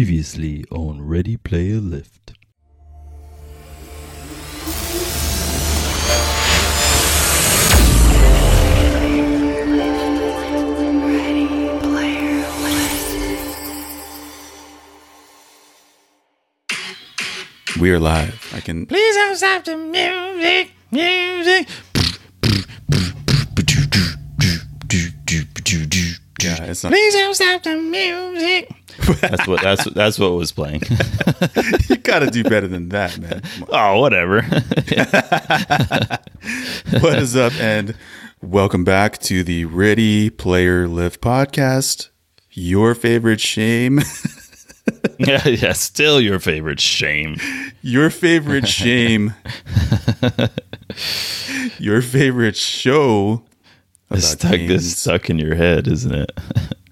Previously on Ready Player Lift. We are live. I can. Please don't stop the music, music. Yeah, it's not. Please don't stop the music. That's what that's that's what was playing. You gotta do better than that, man. oh, whatever. What is up, and welcome back to the Ready Player Lift podcast. Your favorite shame, yeah, yeah, still your favorite shame. your favorite shame, your favorite show. It's about stuck this games. stuck in your head, isn't it?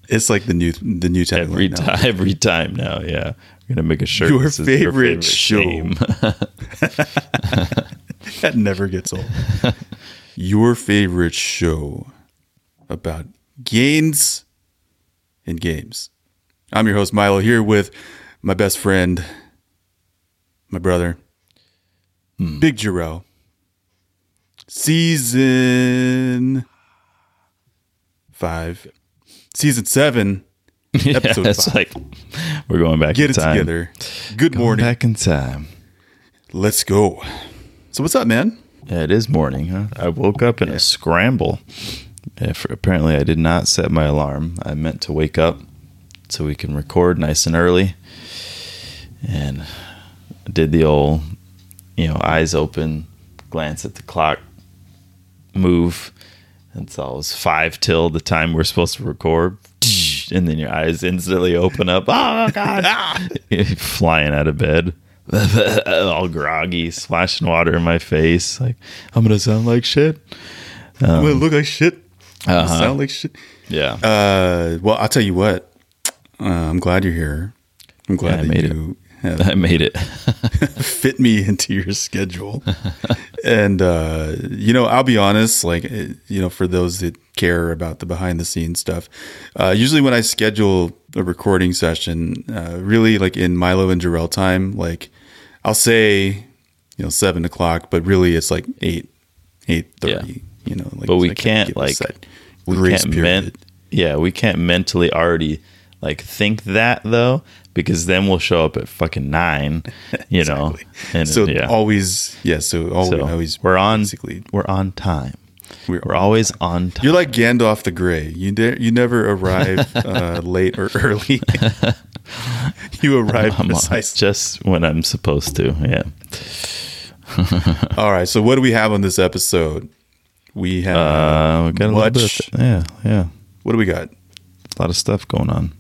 It's like the new the new title Every now. time every time now, yeah. We're gonna make a shirt. Your that says favorite show. that never gets old. Your favorite show about games and games. I'm your host, Milo, here with my best friend, my brother, Big Jarrell. Season five, season seven, yeah, Episode it's five. like we're going back get in it time. together. Good morning. Back in time. Let's go. So, what's up, man? Yeah, it is morning, huh? I woke up in a scramble. Yeah, for- apparently, I did not set my alarm. I meant to wake up so we can record nice and early. And I did the old, you know, eyes open, glance at the clock, move. And so it was five till the time we're supposed to record. And then your eyes instantly open up. Oh, God. Flying out of bed. All groggy, splashing water in my face. Like, I'm going to sound like shit. I'm gonna look like shit. I'm gonna Sound like shit. Yeah. Uh, well, I'll tell you what. Uh, I'm glad you're here. I'm glad Yeah, I that made you have I made it. fit me into your schedule. and uh, you know, I'll be honest. Like, it- you know, for those that care about the behind the scenes stuff, uh, usually when I schedule a recording session, uh, really like in Milo and Jarrell time, like I'll say, you know, seven o'clock, but really it's like eight, eight thirty. Yeah. You know, like But we I can't, give like, us that we grace can't period. men- yeah, we can't mentally already like think that though, because then we'll show up at fucking nine, you know. Exactly. And so yeah, always, yeah. So always, so always we're on Basically, we're on time. we're, We're always on time. You're like Gandalf the Grey. You de- you never arrive uh, late or early. you arrive I'm on- precisely. just when I'm supposed to. Yeah. All right. So what do we have on this episode? We have Uh, we got a little bit. much. Of, yeah, yeah. What do we got? A lot of stuff going on.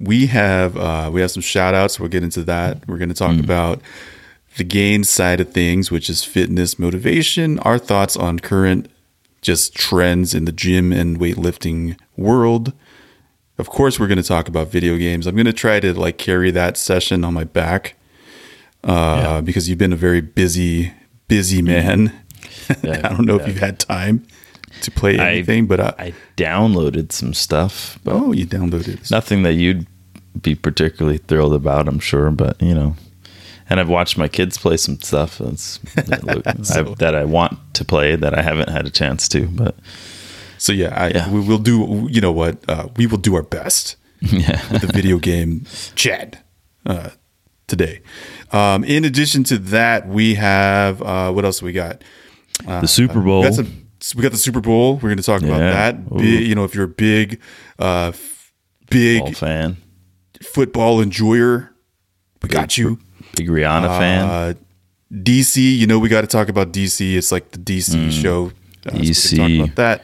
we have uh, we have some shout outs we'll get into that we're going to Mm. talk about the gain side of things which is fitness motivation our thoughts on current just trends in the gym and weightlifting world of course we're going to talk about video games i'm going to try to like carry that session on my back uh, because you've been a very busy busy man Mm. Yeah, i don't know yeah. if you've had time to play I- anything but I, I downloaded some stuff, but oh you downloaded it. nothing that you'd be particularly thrilled about, I'm sure, but you know. And I've watched my kids play some stuff that's, that, look, I, that I want to play that I haven't had a chance to. But So yeah, I, Yeah. we will do. You know what? Uh, we will do our best yeah, with the video game chat uh, today. Um, in addition to that, we have uh, what else we got? the Super Bowl. We got, some, we got the Super Bowl. We're going to talk about Yeah. that. Ooh. Big, you know, if you're a big, uh, f- Ball big fan, football enjoyer, we got you. big Rihanna fan. Uh, DC, you know, we got to talk about DC. It's like the DC Mm. show. Uh, so we can DC. talk about that.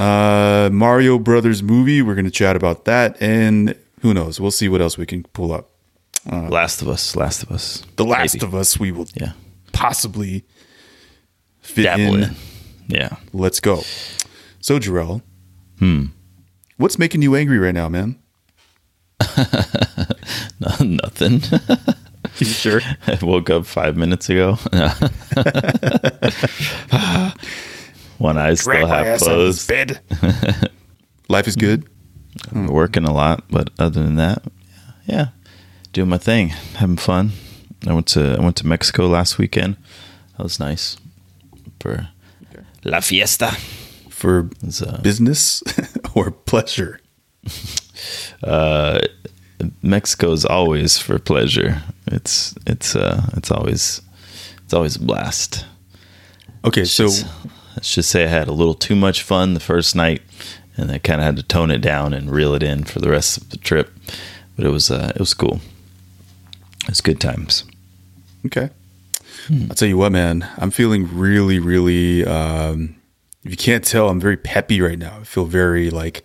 Uh, Mario Brothers movie. We're going to chat about that, and who knows? We'll see what else we can pull up. Last of Us. Last of Us. The Last Maybe. of Us. We will Yeah. possibly fit Dabble in. in. Yeah. Let's go. So, Jarrell, hmm. what's making you angry right now, man? Nothing. You sure? I woke up five minutes ago. One eye still half closed. bed. Life is good. Mm-hmm. Working a lot, but other than that, yeah, doing my thing, having fun. I went to I went to Mexico last weekend. That was nice for La Fiesta. for It's, uh, business or pleasure. Mexico is always for pleasure. It's it's uh it's always it's always a blast. Okay, so Just- I should say I had a little too much fun the first night, and I kind of had to tone it down and reel it in for the rest of the trip. But it was uh, it was cool. It was good times. okay, I'll tell you what, man. I'm feeling really, really. Um, if you can't tell, I'm very peppy right now. I feel very like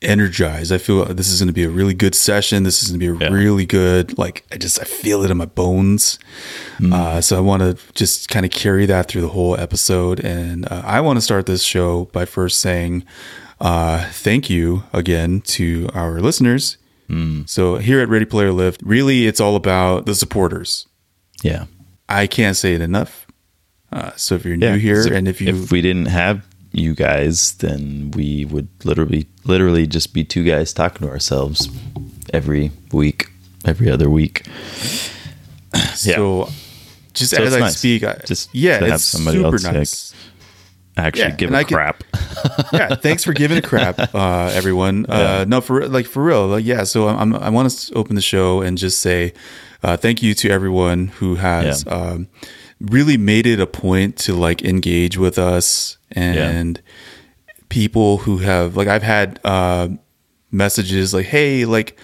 energized. I feel this is going to be a really good session. This is going to be a Yeah. really good. Like I just I feel it in my bones. Uh, so I want to just kind of carry that through the whole episode. And uh, I want to start this show by first saying uh, thank you again to our listeners. So here at Ready Player Lift, really, it's all about the supporters. Yeah, I can't say it enough. Uh, so if you're yeah. new here, So and if you if we didn't have you guys, then we would literally literally just be two guys talking to ourselves every week, every other week. yeah. so just So as it's I nice speak, I, just yeah, to have it's somebody super else, like, nice. I actually Yeah, give and a I could- crap. yeah, thanks for giving a crap, uh, everyone. Uh, no, for like for real, like, yeah. So I'm, I want to open the show and just say uh, thank you to everyone who has Yeah. um, really made it a point to like engage with us and people who have like I've had uh, messages like, hey, like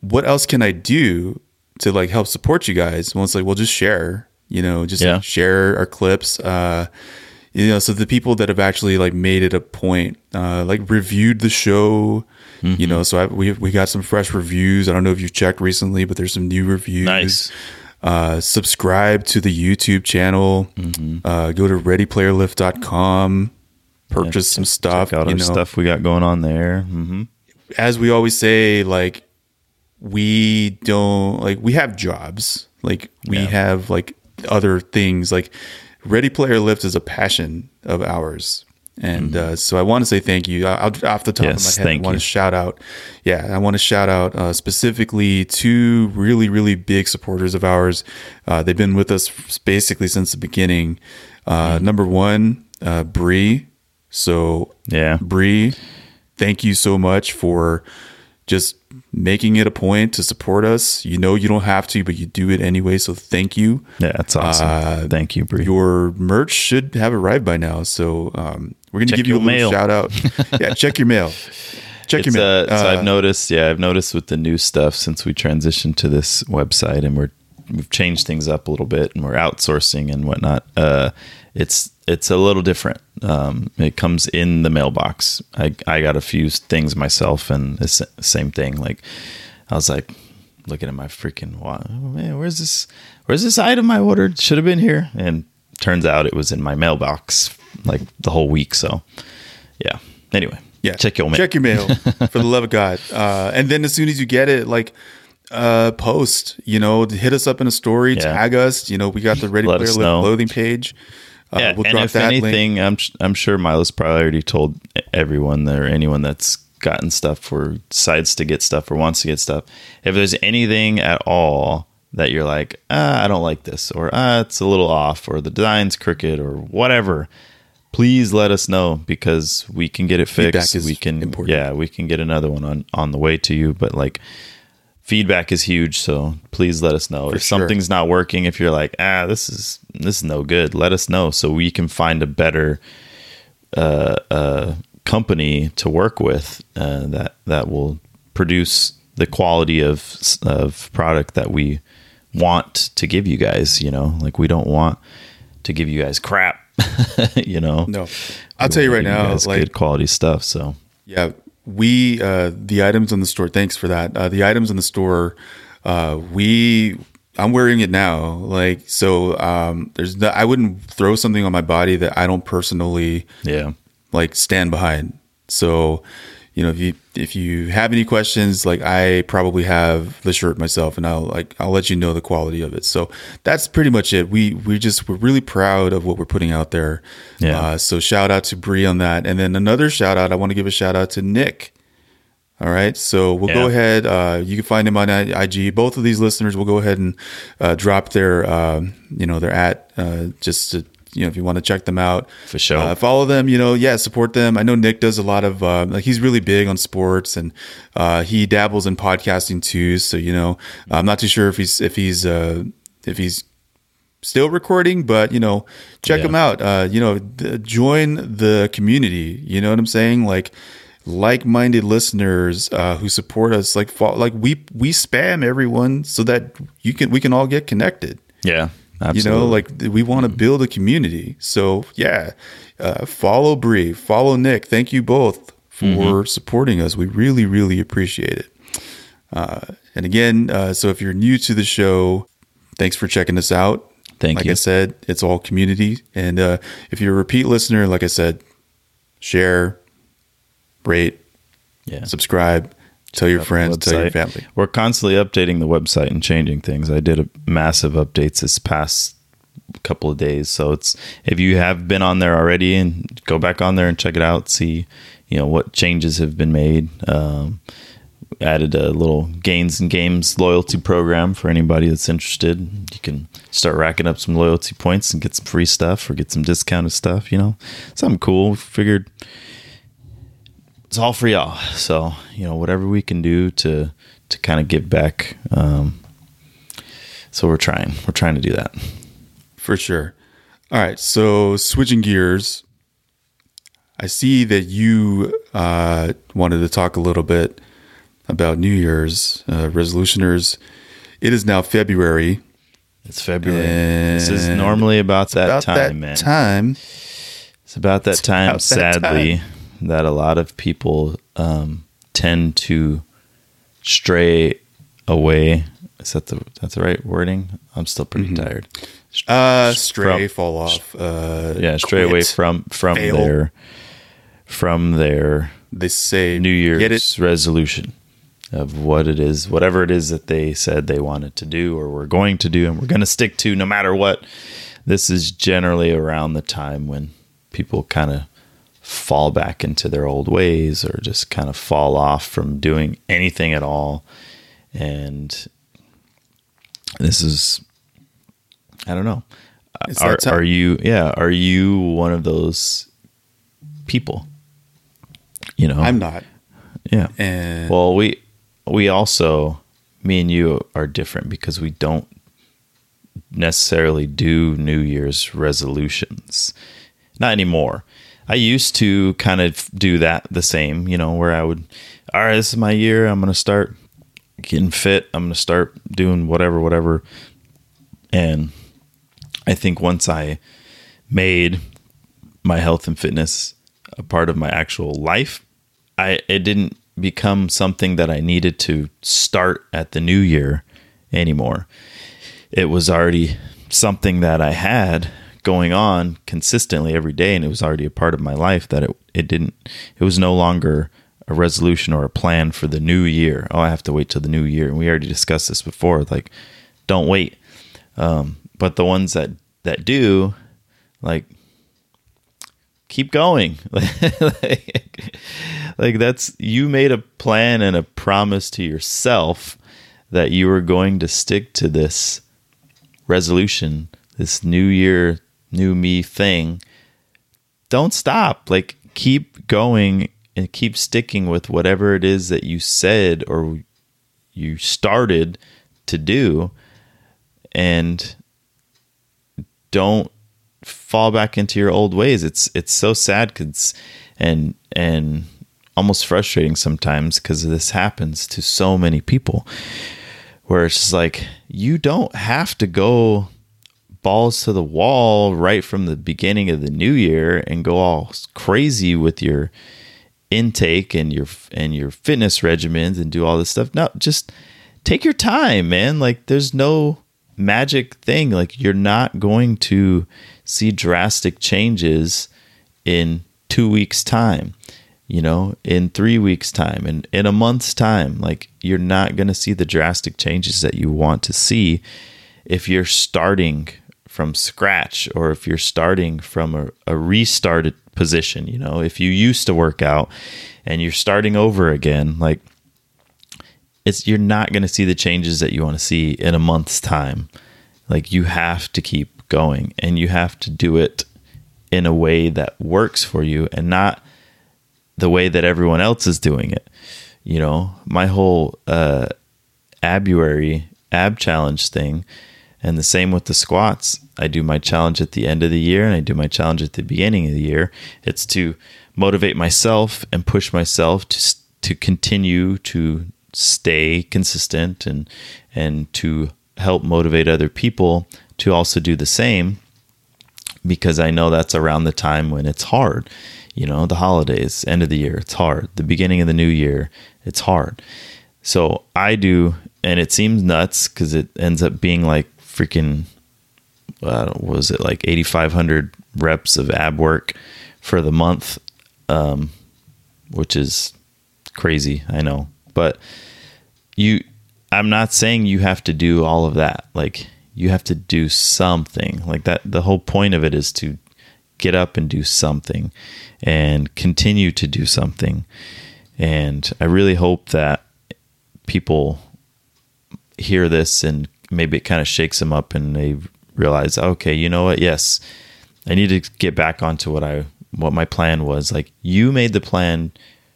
what else can I do to like help support you guys? Well, it's like, well, just share, you know, just Yeah. share our clips. Uh, you know, so the people that have actually like made it a point, uh, like reviewed the show, you Mm-hmm. know, so I, we, we got some fresh reviews. I don't know if you've checked recently, but there's some new reviews. Nice. Uh, subscribe to the YouTube channel, Mm-hmm. uh, go to readyplayerlift.com, purchase some stuff, Check out you our know, stuff we got going on there. hmm as we always say, like we don't like we have jobs, like we have like other things. Like Ready Player Lift is a passion of ours, and uh, so I want to say thank you. I, I'll, off the top Mm-hmm. Yes, of my head, thank I want you. to shout out. Yeah, I want to shout out uh, specifically two really really big supporters of ours. Uh, they've been with us f- basically since the beginning. Uh, Mm-hmm. Number one, uh, Bree. So Yeah. Bree, thank you so much for just making it a point to support us. You know you don't have to, but you do it anyway. So thank you. Yeah, that's awesome. Uh, Thank you, Bree. Your merch should have arrived by now. So um, we're gonna Check give you a your mail. little shout out. yeah, check your mail. Check your It's, mail. uh, so Uh, I've noticed, yeah, I've noticed with the new stuff since we transitioned to this website and we're we've changed things up a little bit and we're outsourcing and whatnot. Uh, it's it's a little different. Um, it comes in the mailbox. I I got a few things myself and it's the same thing. Like I was like looking at my freaking wa- oh man, where's this where's this item I ordered? Should have been here. And turns out it was in my mailbox like the whole week. So yeah. Anyway, Yeah. check your mail. Check your mail for the love of God. Uh, and then as soon as you get it, like, uh, post, you know, hit us up in a story, Yeah. tag us. You know, we got the Ready Let Player us Lift know. clothing page. Uh, yeah, and if anything, I'm sh- I'm sure Milo's probably already told everyone that- or anyone that's gotten stuff or decides to get stuff or wants to get stuff. If there's anything at all that you're like, ah, I don't like this, or ah, it's a little off, or the design's crooked, or whatever, please let us know because we can get it fixed. is We can, important. yeah, we can get another one on on the way to you. But like, feedback is huge so please let us know if sure. something's not working if you're like ah this is this is no good let us know so we can find a better uh, uh, company to work with uh, that that will produce the quality of of product that we want to give you guys you know like we don't want to give you guys crap you know No, I'll tell you right now, like, good quality stuff so Yeah, we uh, the items in the store. Thanks for that. Uh, the items in the store. Uh, we I'm wearing it now. Like so, um, there's no, I wouldn't throw something on my body that I don't personally yeah like stand behind. So, you know, if you if you have any questions, like I probably have the shirt myself, and I'll like I'll let you know the quality of it. So that's pretty much it. We we just we're really proud of what we're putting out there. Yeah. Uh, so shout out to Bree on that, and then another shout out. I want to give a shout out to Nick. All right. So we'll go Yeah. ahead. Uh, you can find him on I- IG. Both of these listeners will go ahead and uh, drop their, um you know, their at uh, just to, you know, if you want to check them out. For sure. Uh, follow them, you know, yeah, support them. I know Nick does a lot of, uh, like, he's really big on sports and uh, he dabbles in podcasting too. So, you know, I'm not too sure if he's, if he's, uh, if he's, Still recording, but you know, check Yeah. him out. Uh, you know, th- join the community. You know what I'm saying? Like, like-minded listeners uh, who support us. Like, fo- like we we spam everyone so that you can we can all get connected. Yeah. You Absolutely. know, like th- we want to build a community. So yeah, uh, follow Bree, follow Nick. Thank you both for Mm-hmm. supporting us. We really, really appreciate it. Uh, and again, uh, so if you're new to the show, thanks for checking us out. Thank like you. I said, it's all community. And uh, if you're a repeat listener, like I said, share, rate, yeah. subscribe, tell your friends, tell your family. We're constantly updating the website and changing things. I did a massive updates this past couple of days. So it's if you have been on there already and go back on there and check it out, see, you know, what changes have been made. Um added a little gains and games loyalty program for anybody that's interested. You can start racking up some loyalty points and get some free stuff or get some discounted stuff, you know. Something cool. Figured it's all for y'all. So you know whatever we can do to to kind of give back. Um, so we're trying. We're trying to do that. For sure. All right. So switching gears, I see that you uh, wanted to talk a little bit about New Year's uh, resolutioners. It is now February. It's February. this is normally about that About time, that man. time, It's about that time, about that sadly, that, a lot of people um, tend to stray away. Is that the that's the right wording? I'm still pretty tired. Mm-hmm. uh, stray, From- fall off. Uh, Yeah, stray away quit. from from Fail. their from their They say New Year's Get it? resolution of what it is, whatever it is that they said they wanted to do or were going to do and we're going to stick to no matter what. This is generally around the time when people kind of fall back into their old ways or just kind of fall off from doing anything at all. And this is, I don't know. It's Are, that time. are you, yeah, are you one of those people? You know, I'm not. yeah. And Well, we we also me and you are different because we don't necessarily do New Year's resolutions. Not anymore. I used to kind of do that the same, you know, where I would, all right, this is my year. I'm going to start getting fit. I'm going to start doing whatever, whatever. And I think once I made my health and fitness a part of my actual life, I it didn't become something that I needed to start at the new year anymore. It was already something that I had going on consistently every day and it was already a part of my life that it it didn't it was no longer a resolution or a plan for the new year. Oh, I have to wait till the new year. And we already discussed this before like don't wait. Um but the ones that that do like keep going. like, like that's you made a plan and a promise to yourself that you were going to stick to this resolution, this new year, new me thing. Don't stop. Like keep going and keep sticking with whatever it is that you said or you started to do and don't fall back into your old ways. It's it's so sad 'cause- and and almost frustrating sometimes because this happens to so many people where it's just like you don't have to go balls to the wall right from the beginning of the new year and go all crazy with your intake and your and your fitness regimens and do all this stuff. No, just take your time, man. Like there's no magic thing. Like you're not going to see drastic changes in 2 weeks time, you know, in 3 weeks time and in a month's time. Like you're not going to see the drastic changes that you want to see if you're starting from scratch or if you're starting from a, a restarted position. You know, if you used to work out and you're starting over again, like it's you're not going to see the changes that you want to see in a month's time. Like you have to keep going and you have to do it in a way that works for you and not the way that everyone else is doing it. You know, my whole uh abuary ab challenge thing and the same with the squats. I do my challenge at the end of the year and I do my challenge at the beginning of the year. It's to motivate myself and push myself to s- to continue to stay consistent and and to help motivate other people to also do the same because I know that's around the time when it's hard. You know, the holidays, end of the year, it's hard. The beginning of the new year, it's hard. So I do, and it seems nuts because it ends up being like freaking, uh, what was it, like 8,500 reps of ab work for the month, um, which is crazy, I know. But you, I'm not saying you have to do all of that. Like, you have to do something. Like, that, the whole point of it is to get up and do something and continue to do something. And I really hope that people hear this and maybe it kind of shakes them up and they realize, okay, you know what? Yes, I need to get back onto what I what my plan was. Like you made the plan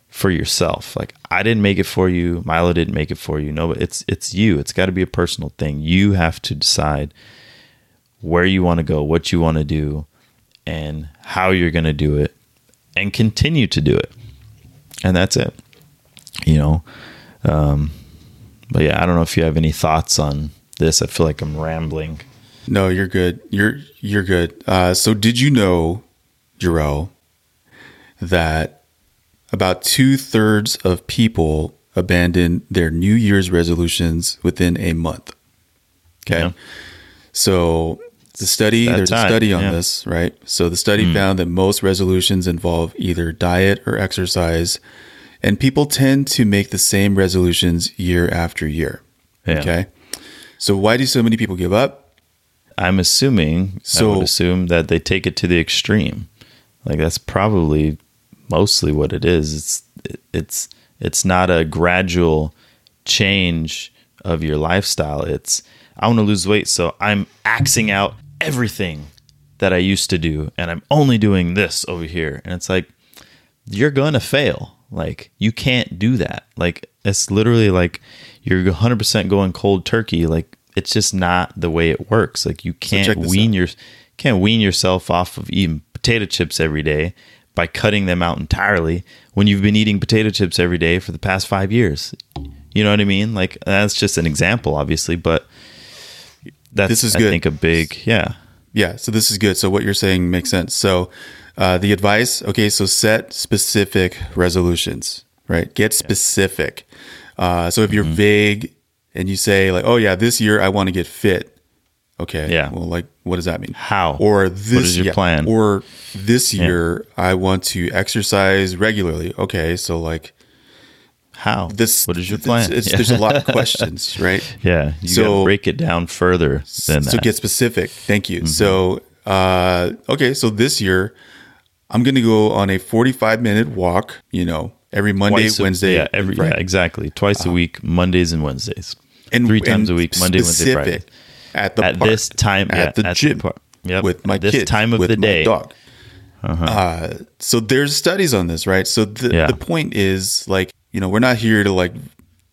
for yourself. Like I didn't make it for you. Milo didn't make it for you. No, but it's it's you. It's got to be a personal thing. You have to decide where you want to go, what you want to do, and how you're going to do it and continue to do it. And that's it. You know, but yeah, I don't know if you have any thoughts on this. I feel like I'm rambling. No, you're good. You're you're good. Uh, so did you know, Jarrell, that about two thirds of people abandon their New Year's resolutions within a month? Okay. Yeah. So the study that there's time, a study on yeah. Hmm. this, right? So the study found that most resolutions involve either diet or exercise, and people tend to make the same resolutions year after year. Yeah. Okay. So why do so many people give up? I'm assuming, I So- would assume that they take it to the extreme. Like that's probably mostly what it is. It's it's it's not a gradual change of your lifestyle. It's I want to lose weight, so I'm axing out everything that I used to do and I'm only doing this over here. And it's like you're going to fail. Like you can't do that. Like it's literally like you're 100% going cold turkey. Like it's just not the way it works. Like you check can't this wean your can't wean yourself off of eating potato chips every day by cutting them out entirely when you've been eating potato chips every day for the past 5 years. You know what I mean? Like that's just an example obviously, but that's This is I good. think a big yeah. Yeah, so this is good. So what you're saying makes sense. So uh, the advice, okay, so set specific resolutions, right? Get specific. Uh, so if you're Mm-hmm. vague and you say like, "Oh yeah, this year I want to get fit," okay, Yeah. Well, like, what does that mean? How? Or What this is your yeah, plan? Or this year I want to exercise regularly. Okay, so like How? this. what is your it's- plan? It's, yeah. There's a lot of questions, right? yeah, you got to So- break it down further than So that. Mm-hmm. get specific. Thank you. So uh, okay, so this year I'm going to go on a 45 minute walk. You know, every Monday, Twice a- Wednesday, yeah, every Friday. Uh-huh. yeah, exactly, twice a week, Mondays and Wednesdays, and three times and a week, Monday, Wednesday, specific Friday. At the At park, this time- at yeah, the at the gym, park. Yep. with my At this kids, time of with the my day. Uh-huh. dog. Uh, so there's studies on this, right? So the, Yeah. the point is like, you know, we're not here to like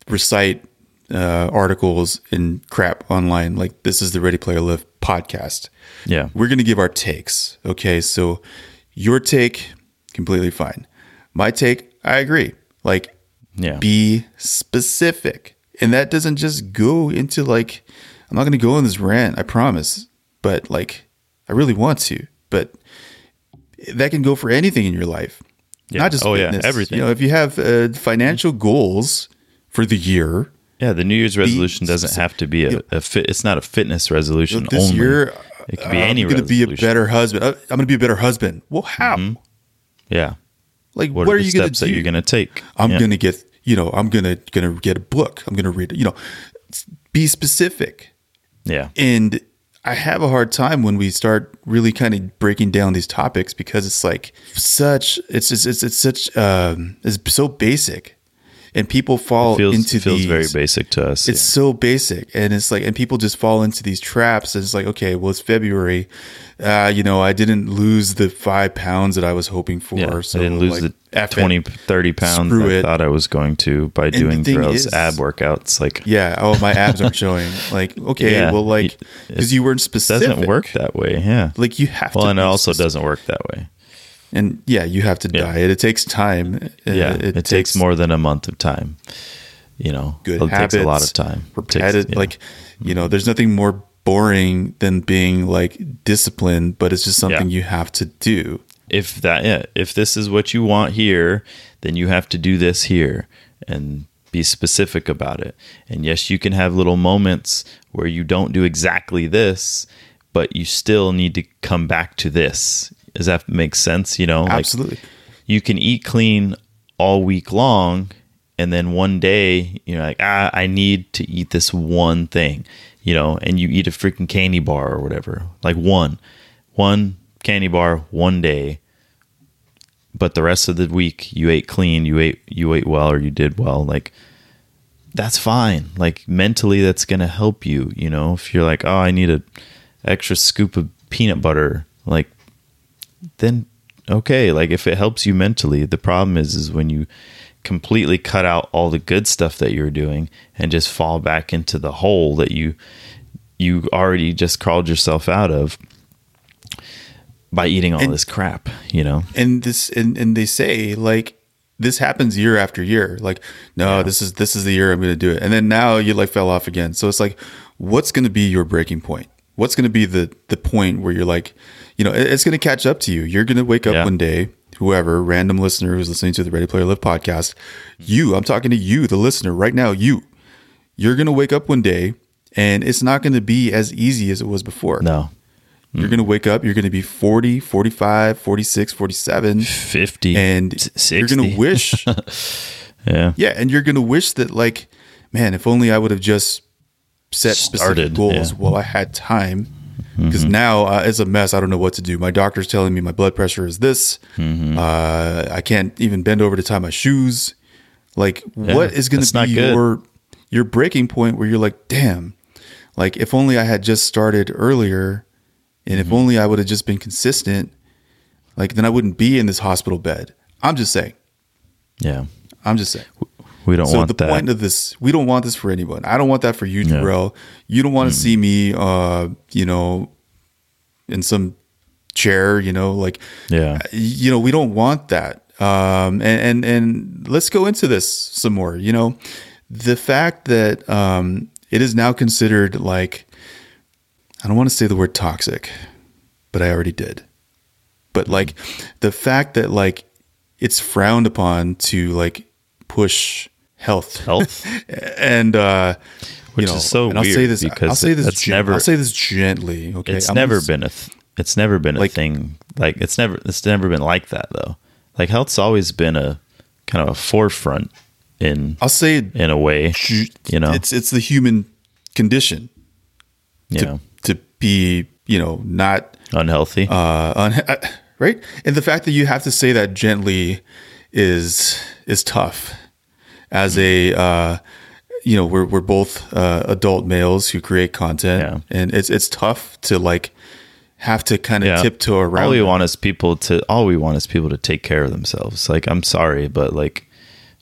recite uh, articles and crap online. Like this is the Ready Player Lift podcast. Yeah, we're going to give our takes. Okay. So your take, completely fine. My take, I agree. Like, yeah, be specific. And that doesn't just go into like, I'm not going to go on this rant, I promise. But like, I really want to. But that can go for anything in your life, Yeah. not just Oh, yeah, fitness. everything. You know, if you have uh, financial goals for the year, yeah. The New Year's resolution doesn't have to be a, a fit. It's not a fitness resolution this only. year, uh, it could be any I'm going to be a resolution. Mm-hmm. better husband. Uh, I'm going to be a better husband. Well, how? yeah. Like, What, what, are, you the going steps to that do? you're going to take? I'm Yeah. gonna get you know I'm gonna gonna get a book. I'm gonna read it. You know, be specific. yeah, And I have a hard time when we start really kind of breaking down these topics because it's like such it's it's it's, it's such um, it's so basic, and people fall feels into feels these. very basic to us. It's so basic, and it's like, and people just fall into these traps. And it's like, okay, well, it's February. Uh, you know, I didn't lose the five pounds that I was hoping for. yeah. Yeah. so I didn't lose like, the F it. 20, 30 pounds Screw I it. thought I was going to by doing thing those is- ab workouts. Like Yeah. Oh, my abs aren't showing. Like, okay, Yeah. well, like, It because you weren't it specific. doesn't work that way. Yeah. Like, you have well, to. and it be also specific. doesn't work that way. And yeah, you have to Yeah. diet. It takes time. Uh, Yeah, it, takes, more than a month of time. You know, good it habits. takes a lot of time. It takes- Repetitive, yeah. like you know, there's nothing more boring than being like disciplined, but it's just something Yeah. you have to do. if that, yeah, if this is what you want here, then you have to do this here and be specific about it. And yes, you can have little moments where you don't do exactly this, but you still need to come back to this. Does that make sense? You know, like, Absolutely. you can eat clean all week long and then one day you're like ah i need to eat this one thing you know and you eat a freaking candy bar or whatever like one one candy bar one day but the rest of the week you ate clean you ate you ate well or you did well like that's fine like mentally that's going to help you you know if you're like oh i need a extra scoop of peanut butter like then okay like if it helps you mentally the problem is is when you completely cut out all the good stuff that you're doing and just fall back into the hole that you you already just crawled yourself out of by eating all And- this crap you know and this and, and they say like this happens year after year like no this is this is the year i'm going to do it and then now you like fell off again so it's like what's going to be your breaking point what's going to be the the point where you're like you know it- it's going to catch up to you you're going to wake up Yeah. one day whoever random listener who's listening to the ready player live podcast you i'm talking to you the listener right now you you're going to wake up one day and it's not going to be as easy as it was before no you're going to wake up you're going to be 40 45 46 47 50 and s- you're 60 gonna wish yeah yeah and you're gonna wish that like man if only i would have just set specific Started, goals yeah. Mm-hmm. while i had time because now uh, it's a mess i don't know what to do my doctor's telling me my blood pressure is this Mm-hmm. uh, i can't even bend over to tie my shoes like what is gonna that's not be good. your your breaking point where you're like damn like if only i had just started earlier and Mm-hmm. if only i would have just been consistent like then i wouldn't be in this hospital bed i'm just saying yeah i'm just saying we don't so want the that point of this, we don't want this for anyone. I don't want that for you, No. Jarrell. You don't Hmm. want to see me, uh, you know, in some chair, you know, like, yeah you know, we don't want that. Um, and, and and let's go into this some more. You know, the fact that um, it is now considered like, I don't want to say the word toxic, but I already did. But like, the fact that like it's frowned upon to like push health health and uh Which you know, is so and I'll say weird this because I'll say this that's gen- never- I'll say this gently okay it's I'm never gonna- been a th- it's never been a Like- thing like it's never it's never been like that though like health's always been a kind of a forefront in I'll say it in a way you know it's it's the human condition you to know to be you know not unhealthy uh un- right and the fact that you have to say that gently is is tough as a uh you know we're we're both uh adult males who create content Yeah. and it's it's tough to like have to kind of yeah tiptoe around all we that. want is people to all we want is people to take care of themselves like i'm sorry but like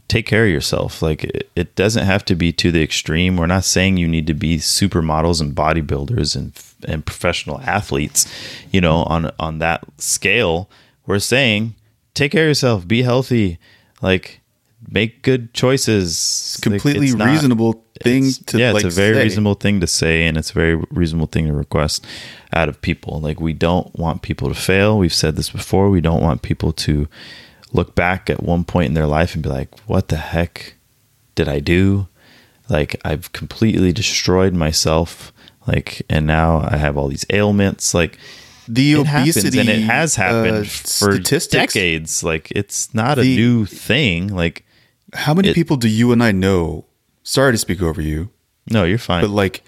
take care of yourself like it, it doesn't have to be to the extreme we're not saying you need to be supermodels and bodybuilders and and professional athletes you know on on that scale we're saying take care of yourself be healthy like make good choices Like, completely it's not- reasonable thing it's- to yeah, like it's a very say. reasonable thing to say, and it's a very reasonable thing to request out of people. Like we don't want people to fail. We've said this before. We don't want people to look back at one point in their life and be like, "What the heck did I do?" Like I've completely destroyed myself. Like and now I have all these ailments. Like the it happens, obesity and it has happened uh, for statistics. decades. Like it's not a The- new thing. Like How many It- people do you and I know? Sorry to speak over you, no, you're fine. but like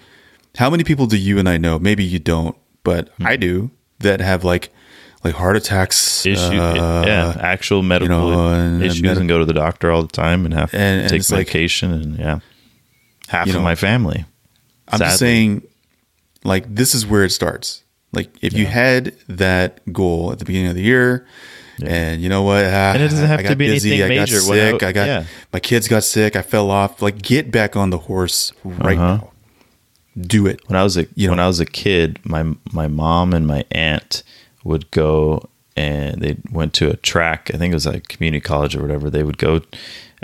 How many people do you and I know? Maybe you don't, but Hmm. I do that have like like heart attacks, Issue, uh, yeah, actual medical know, and- issues, and- and go to the doctor all the time, and have And- to and take it's like- medication, and yeah, half You of know, my family. I'm Sadly. just saying, like, this is where it starts. Like, if you had that goal at the beginning of the year, and you know what? Ah, And it doesn't have I to got be busy, anything I got major sick. without- I got yeah. my kids got sick. I fell off. Like, get back on the horse right Uh-huh. now. Do it. when I was a You know- when I was a kid, my my mom and my aunt would go and they went to a track. I think it was like community college or whatever. They would go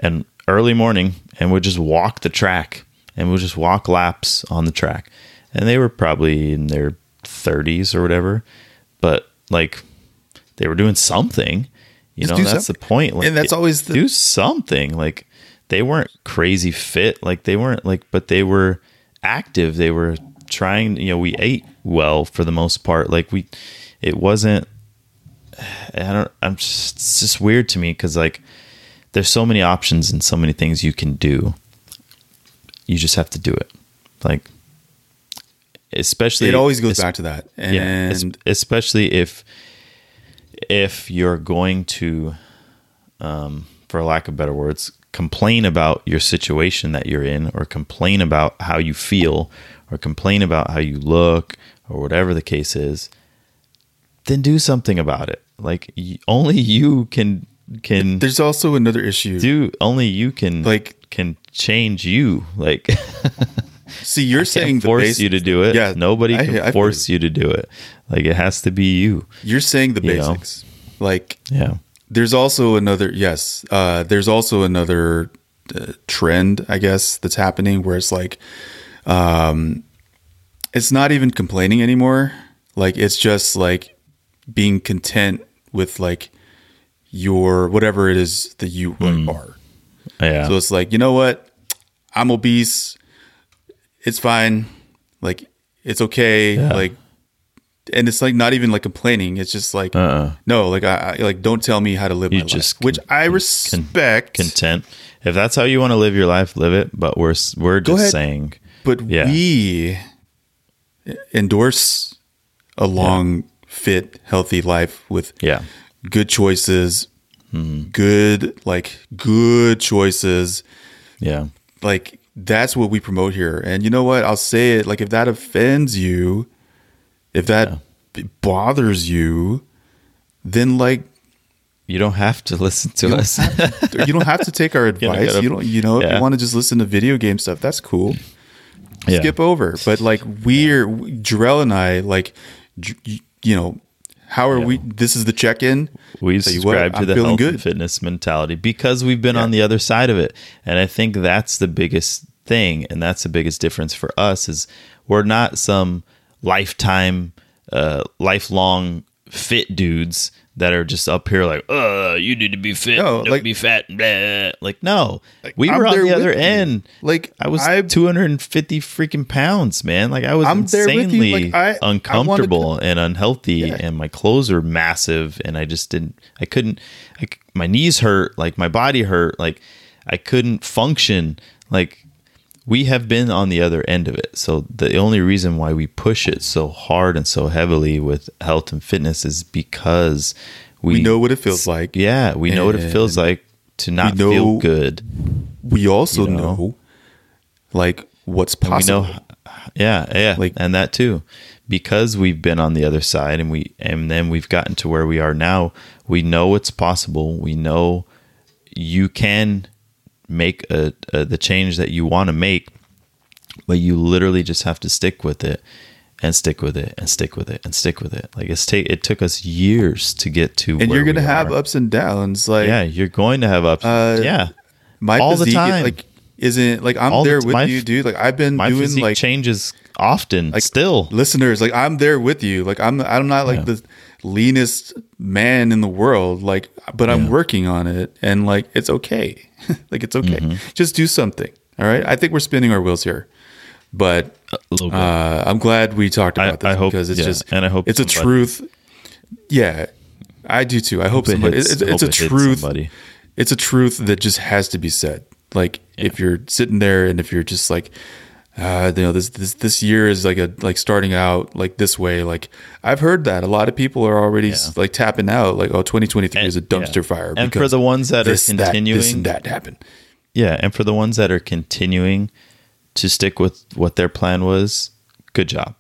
and early morning and would just walk the track and would just walk laps on the track. And they were probably in their 30s or whatever, but like they were doing something. You Just know, do that's something. the point. Like, And that's always the- do something. Like they weren't crazy fit. Like they weren't like, but they were active. They were trying. You know, we ate well for the most part. Like we, it wasn't. I don't. I'm just. It's just weird to me because like there's so many options and so many things you can do. You just have to do it. Like especially It always goes es- back to that. And yeah, es- especially if if you're going to, um, for lack of better words, complain about your situation that you're in, or complain about how you feel, or complain about how you look, or whatever the case is, then do something about it. Like y- only you can can there's also another issue. do. Only you can Like- can change you. Like See, you're saying can't the force base, you to do it. Yeah, nobody I- can I- force you to do it. Like it has to be you. You're saying the you know. basics. Like, Yeah. there's also another yes uh, there's also another uh, trend i guess that's happening where it's like um, it's not even complaining anymore like it's just like being content with like your whatever it is that you Hmm. are Yeah. so it's like you know what i'm obese it's fine like it's okay like and it's like not even like complaining it's just like uh-uh. no, like I, I like don't tell me how to live You my just life, which I respect. Content. If that's how you want to live your life, live it. But we're s- we're just ahead. saying. but Yeah. we endorse a long, fit, healthy life with Yeah. Mm-hmm. good choices, good like good choices. Yeah. Like that's what we promote here. And you know what? I'll say it. Like if that offends you, if that b- bothers you, then like You don't have to listen to us. you don't have to take our don't advice. gotta- you don't, you know, if yeah. you want to just listen to video game stuff, that's cool. Yeah. Skip over. But like we're Jarrell and I, like, j- y- you know, how are we? This is the check in. We Tell you what, subscribe to I'm the feeling health good. and fitness mentality because we've been on the other side of it. And I think that's the biggest thing. And that's the biggest difference for us is we're not some lifetime, uh, lifelong fit dudes that are just up here like, uh, you need to be fit. No, don't like- be fat. blah." Like, no, we I'm were on there the other with you. end. Like, I was I- 250 freaking pounds, man. Like I was I'm there with you. insanely Like, I- I wanna uncomfortable and unhealthy and my clothes are massive and i just didn't i couldn't I c my knees hurt like my body hurt like i couldn't function like we have been on the other end of it so the only reason why we push it so hard and so heavily with health and fitness is because we, We know what it feels like. yeah we know what it feels like to not know- feel good We also You know. know. like, what's we possible. know yeah yeah Like- and that too because we've been on the other side and we and then we've gotten to where we are now we know it's possible we know you can make a, a the change that you want to make but you literally just have to stick with it and stick with it and stick with it and stick with it like it's take it took us years to get to and where you're going to we have are. ups and downs. Like, uh, yeah you're going to have ups yeah my all the physique, time. like, isn't like I'm All the there t- with my you, f- dude. Like, I've been my doing physique like changes often like still listeners like i'm there with you like i'm i'm not like the leanest man in the world like but i'm working on it and like it's okay like it's okay Mm-hmm. just do something all right i think we're spinning our wheels here but a little bit. uh, i'm glad we talked I- about this I hope- because it's yeah, just and I hope it's a somebody- truth yeah i do too i hope, it somebody hits- it's, it's a hope it hits truth somebody. it's a truth that just has to be said like if you're sitting there and if you're just like uh, you know this this this year is like a like starting out like this way like I've heard that a lot of people are already s- like tapping out like oh 2023 is a And- yeah. dumpster fire And for because the ones that are this, that, continuing, this and that happened yeah, and for the ones that are continuing to stick with what their plan was, good job.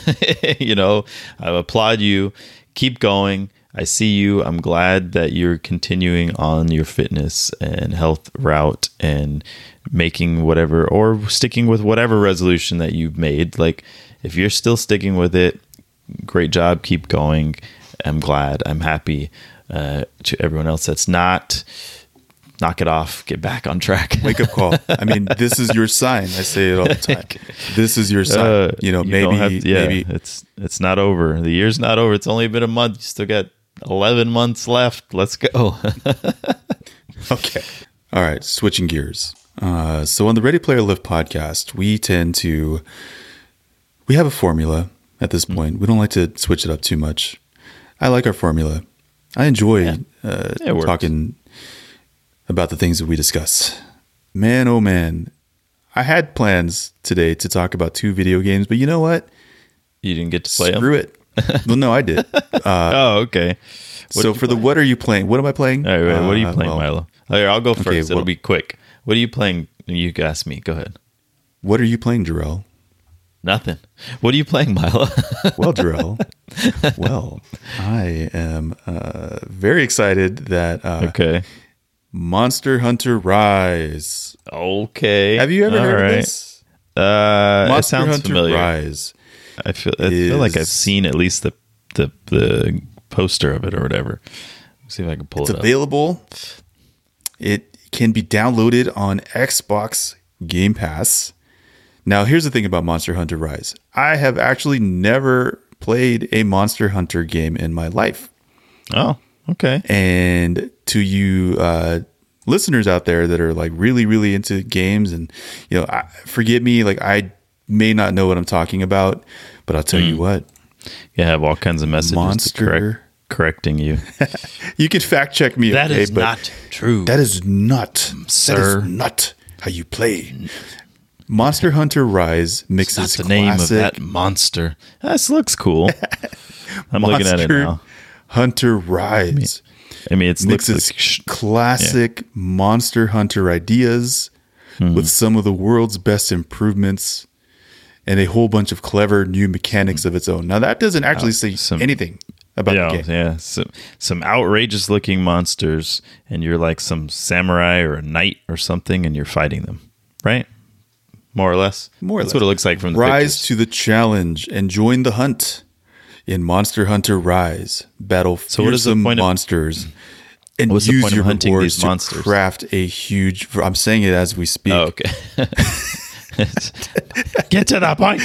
you know, I applaud you. Keep going. I see you. I'm glad that you're continuing on your fitness and health route and making whatever or sticking with whatever resolution that you've made. Like, if you're still sticking with it, great job. Keep going. I'm glad. I'm happy. Uh, to everyone else that's not, knock it off. Get back on track. wake up call I mean this is your sign I say it all the time this is your sign Uh, you know don't maybe have to- yeah, maybe it's it's not over. The year's not over. It's only been a month. You still got eleven months left. Let's go. okay. All right, switching gears. Uh, so on the Ready Player Lift podcast, we tend to we have a formula at this Mm-hmm. point. We don't like to switch it up too much. I like our formula. I enjoy uh, It works. talking about the things that we discuss. Man, oh man, I had plans today to talk about two video games, but you know what? you didn't get to play 'em? Screw it. well, no, I did. Oh, okay. so for the what are you playing? What am I playing? All right, wait, what are you Uh, playing, well, Milo? All right, I'll go first. It'll well- be quick. What are you playing? You can ask me. Go ahead. What are you playing, Jarrell? Nothing. What are you playing, Milo? Well, Darrell, well, I am uh, very excited that uh, okay. Monster Hunter Rise. Okay. Have you ever All heard right. of this? Uh, it Monster sounds Hunter familiar. Rise. I feel I feel like I've is- seen at least the the the poster of it or whatever. Let's see if I can pull It's it up. available. It can be downloaded on Xbox Game Pass. Now, here's the thing about Monster Hunter Rise. I have actually never played a Monster Hunter game in my life. Oh, okay. And to you uh, listeners out there that are like really, really into games, and you know, I, forgive me, like I may not know what I'm talking about, but I'll tell Mm. you what, You have all kinds of messages to correct, Monster. correcting you. you can fact check me. That okay, is but true. That is not, Sir. Mm. That is not how you play. Monster Hunter Rise It's mixes not the name of classic that monster. This looks cool. I'm looking at it Monster now. Hunter Rise. I mean, it looks mixes like sh- classic monster hunter ideas Hmm. with some of the world's best improvements and a whole bunch of clever new mechanics of its own. Now that doesn't actually say Uh, some- anything about yeah, the game. yeah. Some some outrageous looking monsters, and you're like some samurai or a knight or something, and you're fighting them, right? More or less. More or That's less. what it looks like from the Rise pictures. to the challenge and join the hunt in Monster Hunter Rise. Battle So fearsome what is the point of- Hmm. monsters and What's the use point of your hunting rewards these to monsters? craft a huge. I'm saying it as we speak. Oh, okay. Get to the point.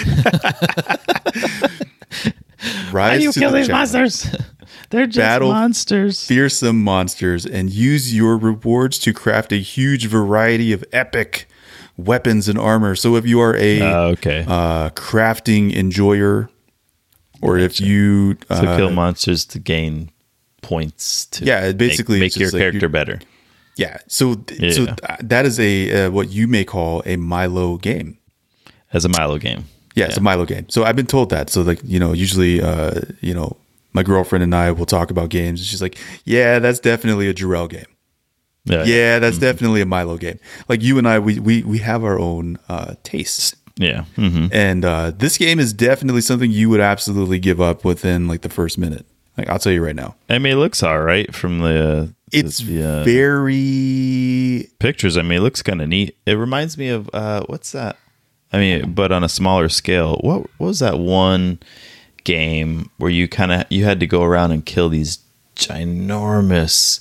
Rise to the challenge. They're just Battle- monsters. fearsome monsters and use your rewards to craft a huge variety of epic weapons and armor. So if you are a Oh, okay. uh, crafting enjoyer, or if you to uh, kill monsters to gain points to Yeah, it basically make, it's make your just like character you're- better. yeah, so th- so Yeah. th- that is a uh, what you may call a Milo game. As a Milo game. Yeah, it's a Milo game. So I've been told that. So like you know, usually uh, you know my girlfriend and I will talk about games, and she's like, "Yeah, that's definitely a Jarrell game." Uh, Yeah, that's mm-hmm. definitely a Milo game. Like you and I, we we we have our own uh, tastes, Yeah. hmm and uh, this game is definitely something you would absolutely give up within like the first minute. Like I'll tell you right now, I mean, it looks all right from the, uh, it's the uh, very pictures. I mean, it looks kind of neat. It reminds me of uh, what's that? I mean, but on a smaller scale. What, what was that one game where you kind of you had to go around and kill these ginormous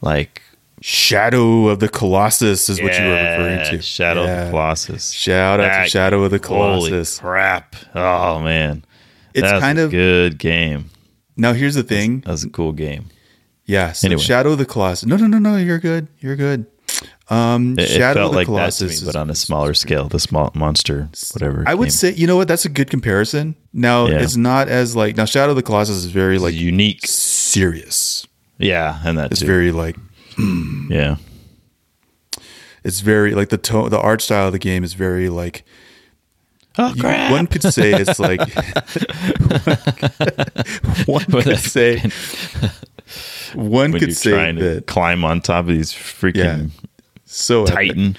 like Shadow of the Colossus is what you were referring to. Shadow of Yeah. the Colossus. Shout out That- to Shadow of the Holy Colossus. crap! Oh man, It's That's kind a of good game. now. Here's the thing. That was a cool game. Yeah. So Anyway. Shadow of the Colossus. No, no, no, no. You're good. You're good. Um, It, it Shadow felt of the like that Colossus to me, is but on a smaller scale. The small monster, whatever. I would game. say, you know what? That's a good comparison. Now Yeah. it's not as like now Shadow of the Colossus is very like unique. serious. Yeah, and that It's too. very like yeah, it's very like the tone, the art style of the game is very like Oh you- crap! one could say it's like one But could that's say been- one when could you're say trying to that climb on top of these yeah freaking so uh, epic. titan.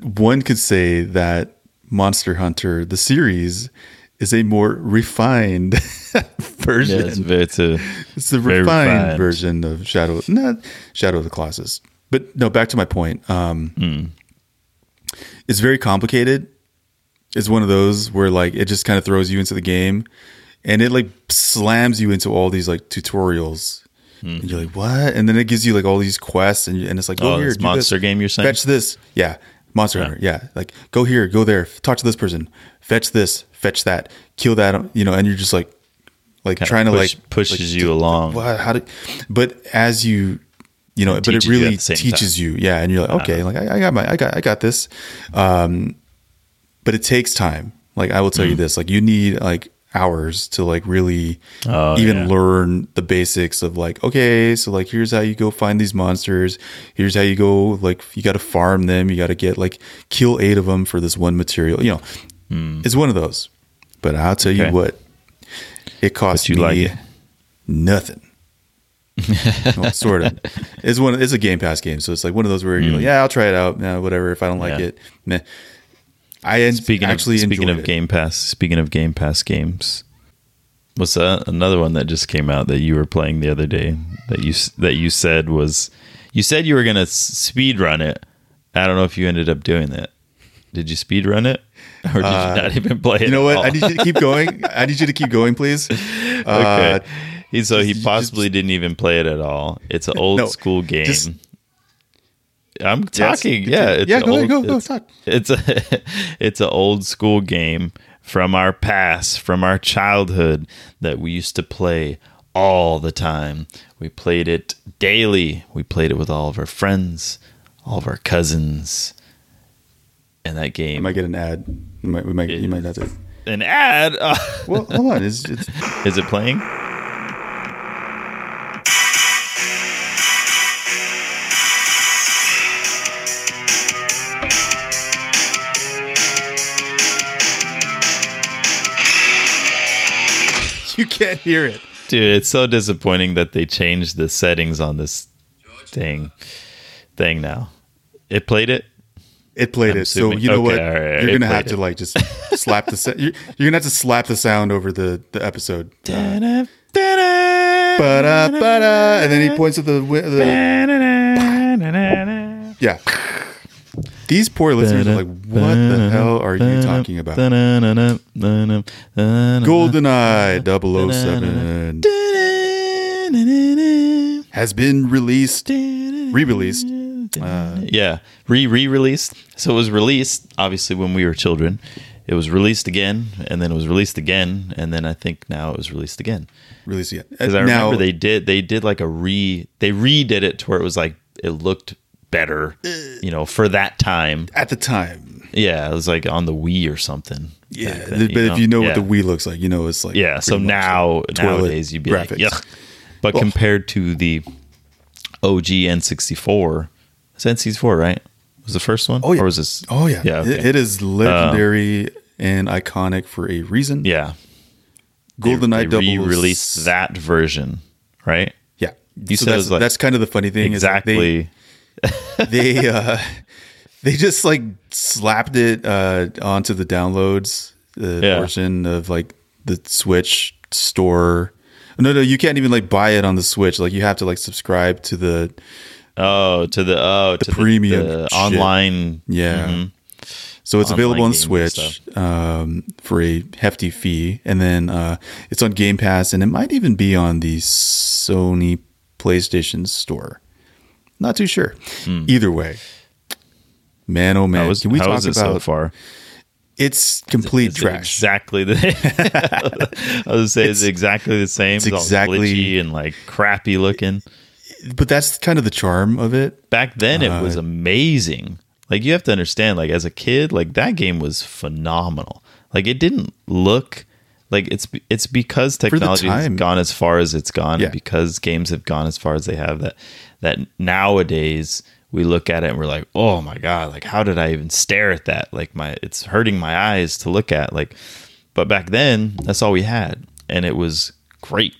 one could say that Monster Hunter the series is a more refined Yeah, version. it's, it's a It's the Very refined, refined. version of Shadow, not Shadow of the Colossus. But no, back to my point. Um, Hmm. It's very complicated. It's one of those where like it just kind of throws you into the game, and it like slams you into all these like tutorials. And you're like, what? And then it gives you like all these quests, and, you- and it's like, go Hmm. Oh, here, this do monster game you're saying? fetch this, yeah, Monster Hunter, yeah, like go here, go there, f- talk to this person, fetch this, fetch that, kill that, you know, and you're just like, like Kinda trying to push- like pushes like, you d- along. why- how do, but as you you know but it teaches you at really the same Uh-huh. teaches you yeah and you're like okay like I, I got my i got i got this um but it takes time like i will tell Mm-hmm. you this like you need like hours to like really Oh, even yeah. learn the basics of like okay so like here's how you go find these monsters here's how you go like you got to farm them you got to get like kill eight of them for this one material you know it's one of those but i'll tell Okay. you what it costs you me like it. nothing. well, sort of. It's one. It's a Game Pass game, so it's like one of those where you're like, yeah, I'll try it out. Nah, whatever. If I don't like Mm. Yeah. it, meh. I Speaking speaking actually of, speaking enjoyed of it. Game Pass, speaking of Game Pass games, what's that? Another one that just came out that you were playing the other day that you s- that you said was you said you were gonna s- speed run it. I don't know if you ended up doing that. Did you speed run it, or did you not even play it? Uh, You know at what? all? I need you to keep going. I need you to keep going, please. Uh, okay. He- so he just- possibly didn't even play it at all. It's an old No, school game. just- I'm talking. continue. yeah, it's Yeah, an go ahead, old- go, go, it's- talk. It's a it's an old school game from our past, from our childhood that we used to play all the time. We played it daily. We played it with all of our friends, all of our cousins. And that I game, might get an ad. You might, we might, you might not. do it. an ad. Well, hold on. It's, it's, Is it playing? you can't hear it. Dude, it's so disappointing that they changed the settings on this thing thing now. It played it. It played I'm it. assuming- So you know okay, what? all right, you're it gonna have played to it. like just slap the. sa- You're, you're gonna have to slap the sound over the the episode. Da-da, Ba-da, da-da, ba-da. And then he points at the, wi- the da-da, da-da, yeah. These poor listeners are like, what the hell are you talking da-da, about? da-da, da-da, da-da, GoldenEye 007 da-da, has been released, da-da. re-released. Uh, yeah, re re released. So it was released obviously when we were children. It was released again, and then it was released again, and then I think now it was released again. Released yet? Because I remember they did they did like a re they redid it to where it was like it looked better, you know, for that time. at the time. Yeah, it was like on the Wii or something. Yeah, back then, but if you know Yeah. what the Wii looks like, you know it's like Yeah, so pretty much now like toilet nowadays you'd be like, graphics. Yuck. But compared to the OG N64, it's N64, right? Was the first one? Oh, yeah. Or was this? Oh yeah, Yeah. It- okay. Um, it is legendary and iconic for a reason. yeah. GoldenEye they double re-released that version, right? Yeah, You so said it that's was like- that's kind of the funny thing. is like, they- Exactly. they uh they just like slapped it uh onto the downloads the Yeah. portion of like the switch store no no you can't even like buy it on the switch like you have to like subscribe to the oh, to the oh to the premium the shit. online. yeah Mm-hmm. so it's available Online on games and switch um for a hefty fee and then uh it's on game pass and it might even be on the sony playstation store not too sure either way man oh man Hmm. How is, can we how talk is it about so far? It's complete Is it trash. Exactly the. I was saying it's, exactly the same. It's, exactly- all glitchy and like crappy looking. but that's kind of the charm of it. back then it Uh-huh. was amazing like you have to understand like as a kid like that game was phenomenal like it didn't look like it's it's because the technology has time. gone as far as it's gone Yeah. because games have gone as far as they have that that nowadays we look at it and we're like, oh my god, like how did I even stare at that? Like my it's hurting my eyes to look at. Like, but back then that's all we had, and it was great.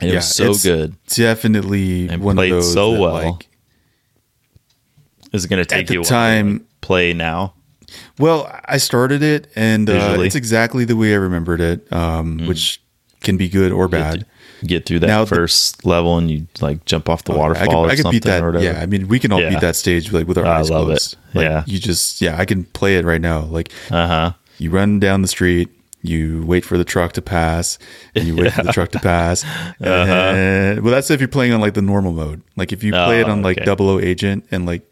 And it was so it's good. Definitely And one played of those so that, well. like, Is it going to take the you a while to, time- like, play now? Well, I started it, and uh, Visually. Hmm. it's exactly the way I remembered it, um, which can be good or bad. Get through that Now the- Oh, first level and you like jump off the I could, waterfall I or could something beat that. or whatever. Yeah, I mean, we can all Yeah. Oh, beat that stage like with our I eyes love it. closed. Like, Yeah. you just yeah, I can play it right now. Like Uh huh. you run down the street, you wait for the truck to pass, and you wait for the truck to pass. and- well, that's if you're playing on like the normal mode. Like if you play it Uh-huh. Oh, on like okay. Double O Agent and like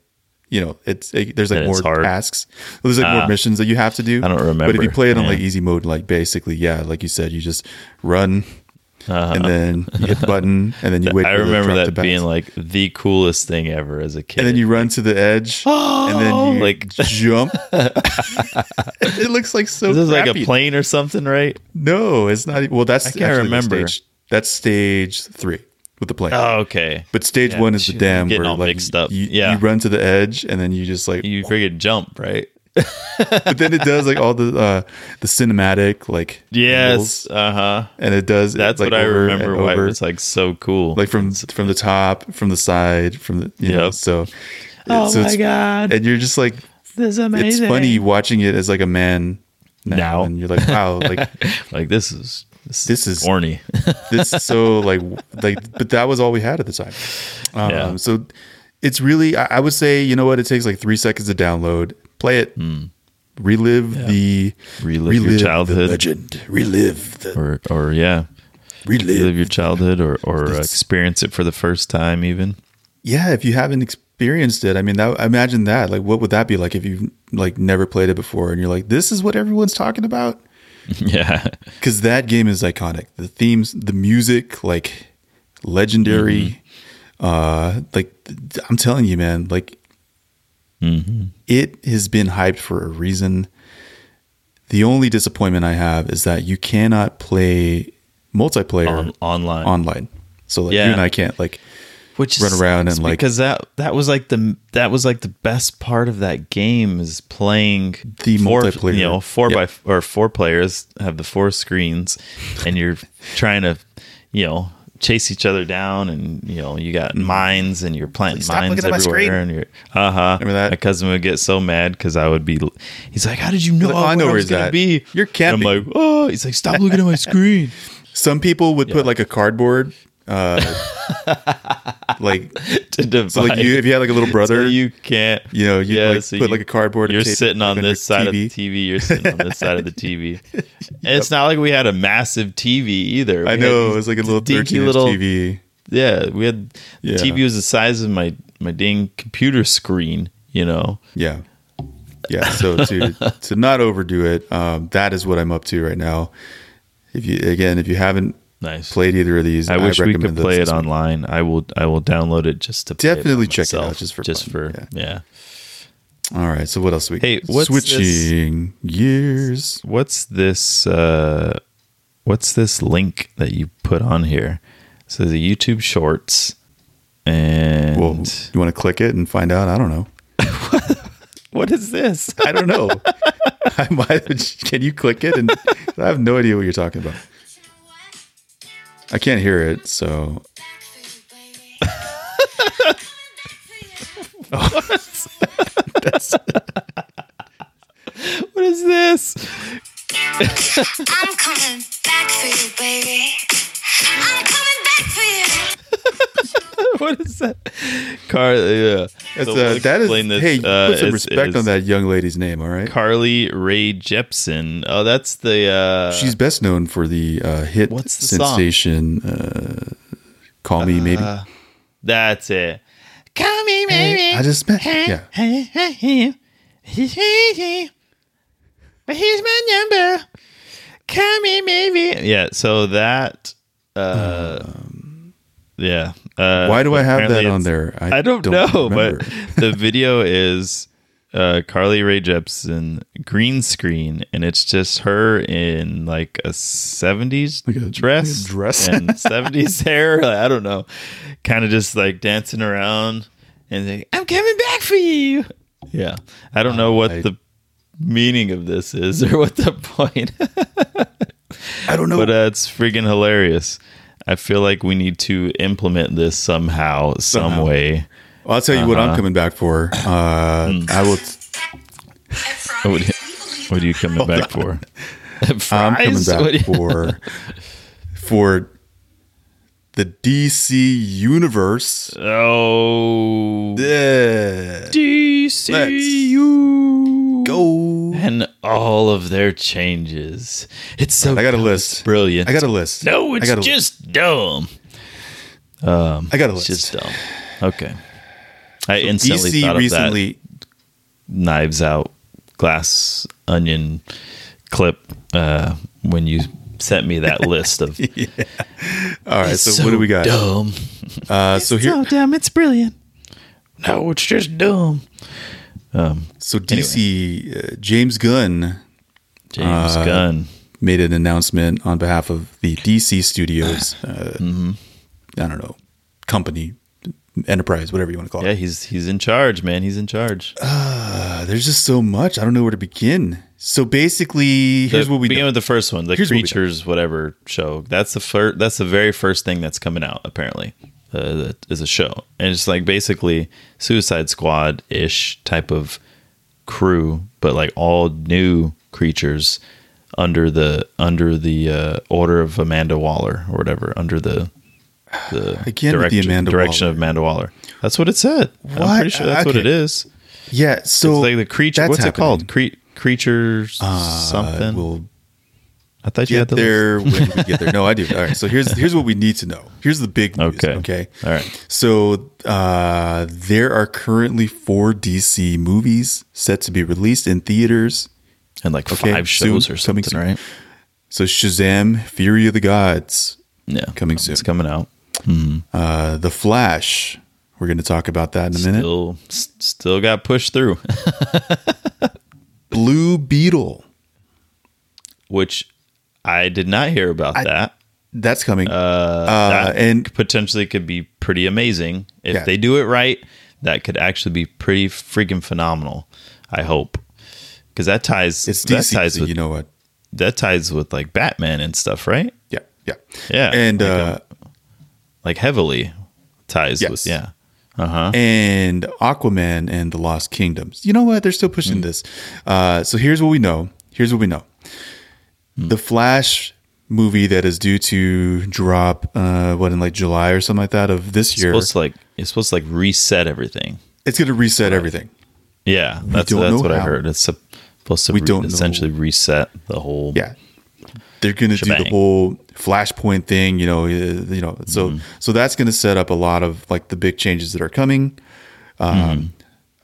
you know it's it, there's like Then it's more hard. Ah. tasks. There's like more missions that you have to do. I don't But if remember. you play it on Yeah. like easy mode, like basically yeah, like you said, you just run. And then you hit the button, and then you wait. Uh-huh. I for the remember truck to that pass. being like the coolest thing ever as a kid. and then you run to the edge, Oh! and then you like- like jump. it looks like so. Is this like crappy. a plane or something, right? No, it's not. Well, that's I can't remember. Stage, that's stage three with the plane. Oh, okay. but stage yeah, one is the shoot, I'm dam getting where all like mixed up. You, Yeah. you run to the edge and then you just like. You freaking jump, right? but then it does like all the uh, the cinematic like angles, Yes. Uh huh. and it does. That's like, what I over and remember. Why it over, was like so cool. like from from the top, from the side, from the you know. Yep. So, Oh so my it's- god. and you're just like This is amazing. it's funny watching it as like a man now, Now. and you're like wow like like this is this, This is is- corny. this is so like like but that was all we had at the time um, Yeah. so it's really I, I would say you know what it takes like three seconds to download play it relive the Hmm. Relive your the childhood. legend relive the or or yeah, relive, live your childhood or or experience it for the first time. Even yeah if you haven't experienced it i mean that, imagine that like what would that be like if you like never played it before and you're like this is what everyone's talking about yeah, because that game is iconic. The themes, the music, like legendary. Mm-hmm. Uh, like th- I'm telling you, man, like Mm-hmm. it has been hyped for a reason. The only disappointment I have is that you cannot play multiplayer On- online. Online, so like Yeah. you and I can't. Like which Run around and, sucks like- because that that was like the that was like the best part of that game is playing The four, multiplayer. You know, four Yeah. by or four players have the four screens, and you're trying to, you know. Chase each other down, and you know you got Mm-hmm. mines, and you're planting stop mines looking at my everywhere. screen. and you're, uh huh. Remember that? My cousin would get so mad because I would be. He's like, "How did you know? like, "Oh, I know where was he's gonna at. Be You're And I'm camping." like, "Oh." He's like, "Stop looking at my screen." some people would put like a cardboard, uh, like to divide. so like you if you had like a little brother, So you can't. you know, you, like, put, like, a cardboard You're tape sitting on under this side TV. of the TV. You're sitting on this side of the TV. And It's not like we had a massive TV either. I We had know these it was like a little dinky 13 inch little- TV. Yeah, we had the Yeah. TV was the size of my my dang computer screen. You know. Yeah. Yeah. So to to not overdo it, um, that is what I'm up to right now. If you again, if you haven't Nice. played either of these, I, wish we could those play it this week. online. I will. I will download it just to play it by Definitely check it out myself, just for just fun, for yeah. All right. So what else we? Hey, what's this- switching gears? What's this? Uh, what's this link that you put on here? So the YouTube Shorts and Well, you want to click it and find out? I don't know. what is this? I don't know. I might, can you click it? And I have no idea what you're talking about. I can't hear it. So What is this? I'm coming back for you, baby. I'm coming back for you. What is that? Car. Yeah. That's, So uh, we'll that is. explain this. Hey, Uh, put some it's- respect it's on that young lady's name. All right. Carly Ray Jepsen. Oh, that's the. Uh, She's best known for the uh, hit What's the song? Uh, sensation uh, "Call Me Maybe." that's it. Call me, baby. I just met. Yeah, Here's my number. Call me, baby. Yeah. So that. Uh, yeah. Uh, Um. Why do I have that apparently on it's- there? I don't, know, remember. but the video is uh, Carly Rae Jepsen green screen, and it's just her in like a '70s a- dress, like a dress. and '70s hair. I don't know, kind of just like dancing around, And they, I'm coming back for you. yeah, I don't know what I- the meaning of this is or what the point. I don't know. but uh, it's freaking hilarious. I feel like we need to implement this somehow, some Somehow. way. Well, I'll tell you what uh-huh. I'm coming back for. Uh, Hmm. I will. What, what are you coming back for? I'm coming Fries? What do back you- for for the DC universe. Oh, Yeah. DCU Go. and all of their changes. It's so I got a list. brilliant. I got a list. no, I it's got a, just dumb. I got a It's list. just dumb. Okay, I instantly DC thought of that. recently. knives out glass onion clip uh, when you sent me that list of All right. So, what do we got? dumb Uh, so here, Oh, damn, it's brilliant. no it's just dumb so DC uh, James Gunn james Uh, gunn made an announcement on behalf of the DC Studios. Uh, Mm-hmm. I don't know company, enterprise, whatever you want to call it. Uh, yeah he's he's in charge man he's in charge There's just so much. I don't know where to begin. So basically, here's The- what we begin know. with the first one the Here's what we know. creatures whatever show that's the fir- that's the very first thing that's coming out apparently uh, that is a show and it's like basically suicide squad ish type of crew but like all new creatures under the under the uh, order of amanda waller or whatever under the the, Again with the Amanda direction Waller. of amanda waller that's what it said i'm What? pretty sure that's what Okay. it is yeah. So it's like the creature that's what's it happening. called Cre- creatures Uh, something we'll i thought you had get the list. there when we get there. No, I do. All right. So here's here's what we need to know. Here's the big news. Okay. Okay. Okay. All right. So uh, there are currently four DC movies set to be released in theaters. and like Okay, five soon, shows or something, coming soon. right? So Shazam: Fury of the Gods, Yeah, Coming it's soon. coming out. uh, The Flash. We're going to talk about that in a minute. Still, s- still got pushed through. Blue Beetle. Which I did not hear about that. That's coming. Uh, Uh, that and- c- potentially could be pretty amazing if Yeah. they do it right. That could actually be pretty freaking phenomenal. I hope because that ties it's that DC. ties so with you know what? that ties with like Batman and stuff, right? Yeah, yeah, Yeah, And like, uh, Like heavily ties Yes. with yeah. Uh huh. and Aquaman and the Lost Kingdoms. You know what? They're still pushing Hmm. this. Uh, so here's what we know. Here's what we know. Hmm. The Flash movie that is due to drop uh, what in like July or something like that of this year. Supposed to like it's supposed to like reset everything. it's going to reset everything. Yeah, that's, don't know that's what I how. heard. It's supposed to We re- don't know. essentially reset the whole. Yeah. They're going to do the Shebang. whole Flashpoint thing, you know, uh, you know. So Mm-hmm. so that's going to set up a lot of like the big changes that are coming. Um, Mm-hmm.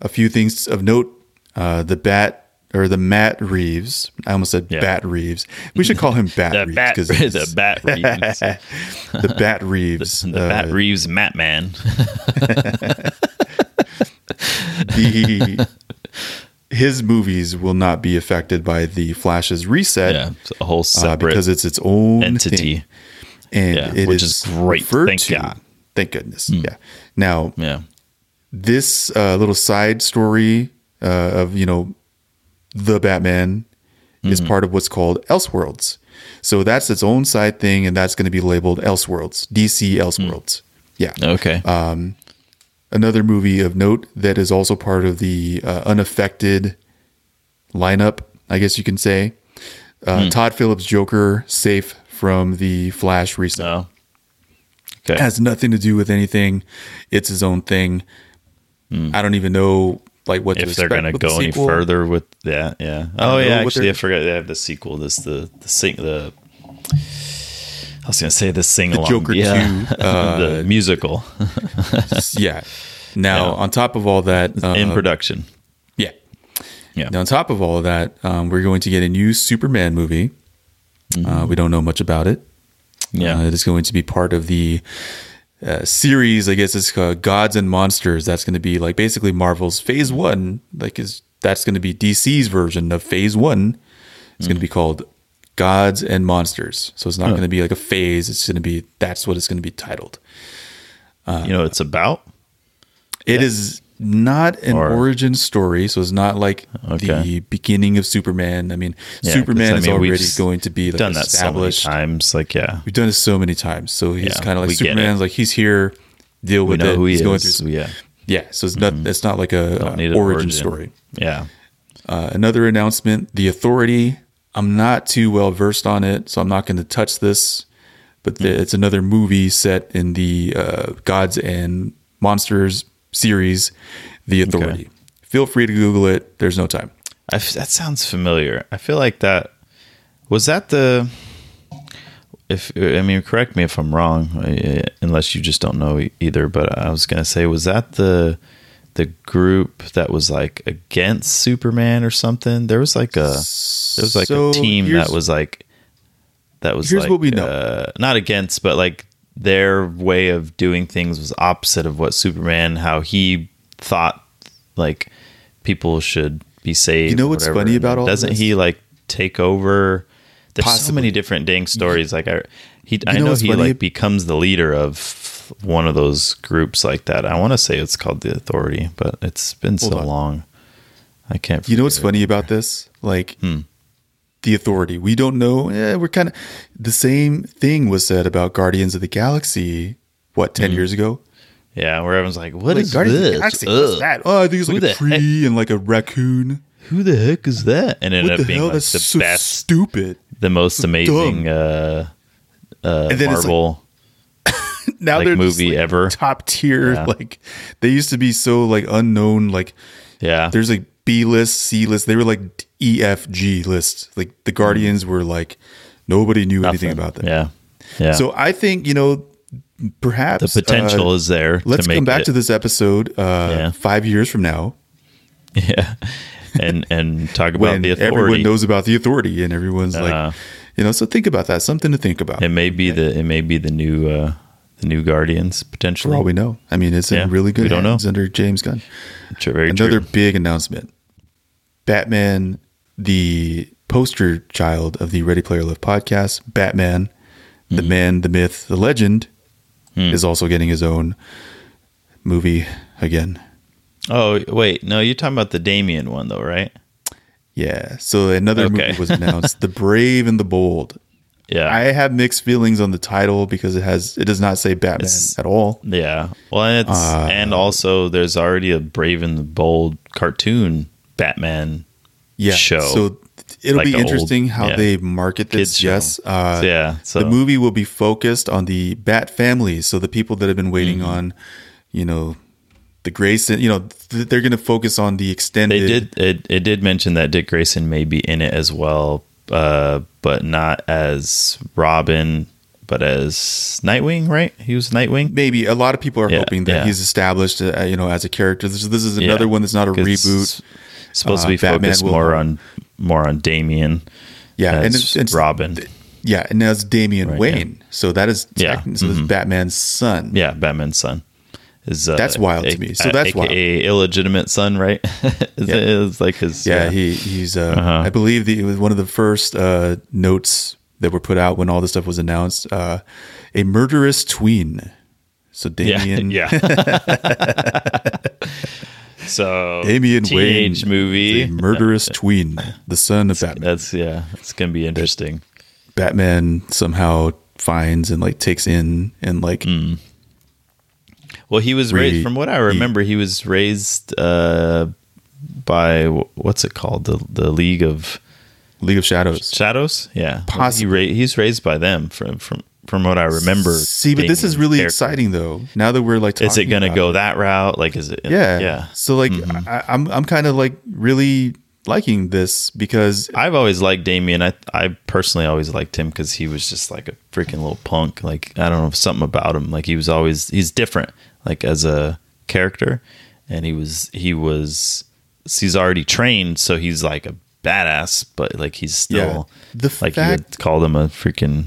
a few things of note. Uh, the Bat or the Matt Reeves. I almost said Yeah. Bat Reeves. We should call him Bat The Reeves bat, he's- the bat Reeves, the the Bat Reeves. uh, bat Reeves, Matt Man. the- his movies will not be affected by the Flash's reset yeah, it's a whole uh, separate because it's its own entity. thing, and Yeah, it which is great. referred Thank God. Mm. Thank goodness. Yeah. Now Yeah, this uh, little side story uh, of you know the Batman is Mm-hmm. part of what's called Elseworlds. So that's its own side thing, and that's going to be labeled Elseworlds, DC Mm. Elseworlds. Yeah. okay. Uh, Another movie of note that is also part of the uh, unaffected lineup, I guess you can say. Uh, Mm. Todd Phillips' Joker, safe from the Flash reset. so, okay. has nothing to do with anything. It's his own thing. I don't even know like what to Hmm. if they're expect gonna with the go any sequel. further with that, yeah. don't Oh know yeah, what actually, they're- I forgot they have the sequel. This the the sing the. I was gonna say the sing along. Joker yeah. 2, uh, the musical yeah. Now, on top of all that, in uh, production. yeah. Yeah. Now, on top of all of that, um, we're going to get a new Superman movie. Mm-hmm. Uh, we don't know much about it. Yeah, Uh, it is going to be part of the uh, series. I guess it's called Gods and Monsters. That's going to be like basically Marvel's Phase Mm-hmm. One. Like is that's going to be DC's version of Phase One. It's Mm-hmm. going to be called Gods and Monsters. So it's not going to be like a phase. It's going to be that's what it's going to be titled. you know what it's about. It is not an Or- origin story, so it's not like Okay. the beginning of Superman. I mean, Yeah, 'cause, Superman I is mean, we've already s- going to be like done that so many established. times. Like, yeah, We've done it so many times, so he's Yeah, kind of we like get it. Superman's like he's here, deal we with know it. who he he's going is. through. yeah, Yeah, so it's not it's not like a, Don't uh, need an origin, origin. story. yeah. Uh, another announcement: the Authority. I'm not too well versed on it, so I'm not going to touch this. But Mm. the, it's another movie set in the uh, Gods and Monsters series, The Authority. Feel free to Google it. There's no time. I f that sounds familiar. I feel like that was that the. If I mean, correct me if I'm wrong, uh, unless you just don't know e- either. But I was gonna say, was that the the group that was like against Superman or something? There was like a there was like So a team that here's- was like that was here's like, what we know. uh, not against, but like their way of doing things was opposite of what Superman, how he thought like people should be saved. You know or what's whatever. funny about And all Doesn't this? he like take over? There's so Possibly. many different dang stories. Like I, he, I know know what's he funny? like becomes the leader of one of those groups like that. I want to say it's called the Authority, but it's been so Hold on. long. I can't. You know what's figure funny about this? Like Hmm. the authority. We don't know. Eh, we're kind of the same thing was said about Guardians of the Galaxy. What ten Hmm. years ago? it. Yeah, where everyone's like, "What Like is Guardians of the this? Galaxy. Ugh. What's that? Oh, I think it's Who like the a tree and like a raccoon. Who the heck is that?" And it What ended the up being hell? like the That's so best, stupid. the most amazing uh, uh, And then it's like- Marvel. Now like, they're just, movie like, ever. top tier. Yeah. Like they used to be so like unknown. Like yeah, there's like B list, C list. They were like E F G lists. Like the Guardians were like nobody knew anything Hmm. Nothing. about them. Yeah, yeah. So I think you know perhaps the potential uh, is there. Let's to make come back it, to this episode uh, Yeah. five years from now yeah, and and talk about when the everyone authority. knows about the authority and everyone's Uh-huh. like, you know, so think about that. Something to think about. it may be the it may be the new uh, the new Guardians for potentially. all we know, I mean, it's Yeah, in really good we don't know. hands under James Gunn. Tr- very Another true. big announcement: Batman, the poster child of the Ready Player Love podcast, Batman, the Hmm. man, the myth, the legend, is also getting his own movie again. Oh wait, no, you're talking about the Damien one though, right? Yeah. So another Okay. movie was announced, The Brave and the Bold. Yeah, I have mixed feelings on the title because it has it does not say Batman It's- at all. yeah. Well, and it's Uh, and also there's already a Brave and the Bold cartoon Batman. Yeah. show. So it'll Like be the old- interesting how yeah. they market this. Kids show. yes. Uh, Yeah, so- The movie will be focused on the Bat family, so the people that have been waiting Mm-hmm. on, you know, the Grayson. You know, th- they're going to focus on the extended. They did it. It did mention that Dick Grayson may be in it as well, uh, but not as Robin, but as Nightwing. Right? He was Nightwing. Maybe a lot of people are Yeah, hoping that yeah. he's established, uh, you know, as a character. This, this is Yeah, another one that's not a 'cause reboot. it's Supposed Uh, to be Batman focused will- more on more on Damien. Yeah, as and it's, it's Robin. Yeah, and that's Damian Right, Wayne. So that is Yeah, Mm-hmm. tech- so that's Batman's son. yeah, Batman's son is uh, That's wild to me. So that's wild. AKA illegitimate son, right? is, Yeah. is like his Yeah, he he's uh, Uh-huh. I believe the, it was one of the first uh, notes that were put out when all this stuff was announced. Uh, a murderous tween. So yeah, Damian, yeah. so Damian teenage Wayne movie. is a murderous tween, the son of Batman. That's yeah. It's gonna be interesting. Batman somehow finds and like takes in and like Mm. Well, he was Re- raised. From what I remember, he was raised uh, by wh- what's it called? The the League of League of Shadows. Shadows. Yeah, Possibly. He ra- he's raised by them. From from from what I remember. See, but this Damien's is really character. exciting though. Now that we're like, Is it talking gonna about go that route? Like, is it? Yeah. yeah. So like I, I'm I'm kind of like really liking this because I've always liked Damien. I I personally always liked him because he was just like a freaking little punk. Like I don't know something about him. Like he was always he's different. Like as a character, and he was he was he's already trained, so he's like a badass. But like he's still The like you fact would call him a freaking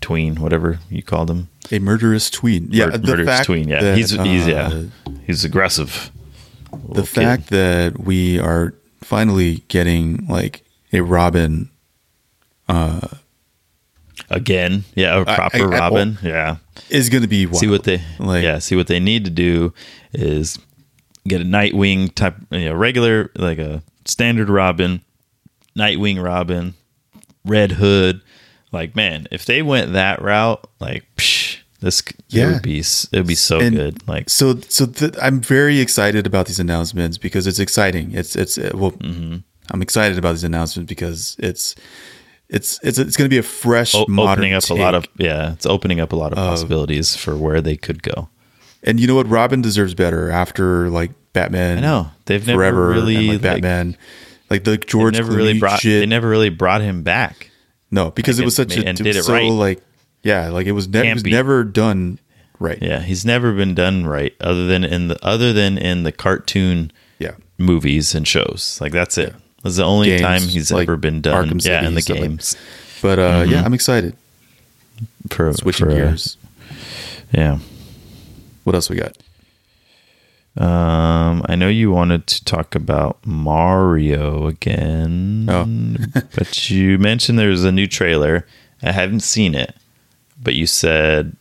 tween, whatever you called him. a murderous tween. Yeah, Mur- the murderous fact tween. Yeah, that, he's he's yeah uh, he's aggressive. The fact that we are finally getting like a Robin again. Yeah, a I- proper I- I- Robin. yeah, is going to be wild. see what they like. yeah see what they need to do is get a Nightwing type, you know, regular like a standard Robin, Nightwing Robin, Red Hood. Like man, if they went that route, like psh, this c- it Yeah. would be s- it would be so And good. Like so so th- I'm very excited about these announcements because it's exciting. It's it's uh, well, Mm-hmm. I'm excited about these announcements because it's it's it's it's going to be a fresh o- modern opening up a lot take. of yeah, it's opening up a lot of possibilities for where they could go. And you know what? Robin deserves better after like Batman. I know. They've never forever really, and, like, like Batman. Like, the They George never really Clooney brought shit. they never really brought him back. no, because like, it was and such ma- a and it did was it so right. like yeah, like it was, ne- it was Campy. never done right. Yeah, he's never been done right other than in the other than in the cartoon yeah. movies and shows. Like that's it. That's the only Games, time he's like ever been done. Arkham yeah, City in the and stuff like- games. But uh, yeah, I'm excited. for, Switching Mm-hmm. for, uh, gears. yeah. What else we got? Um, I know you wanted to talk about Mario again, Oh. but you mentioned there was a new trailer. I haven't seen it, but you said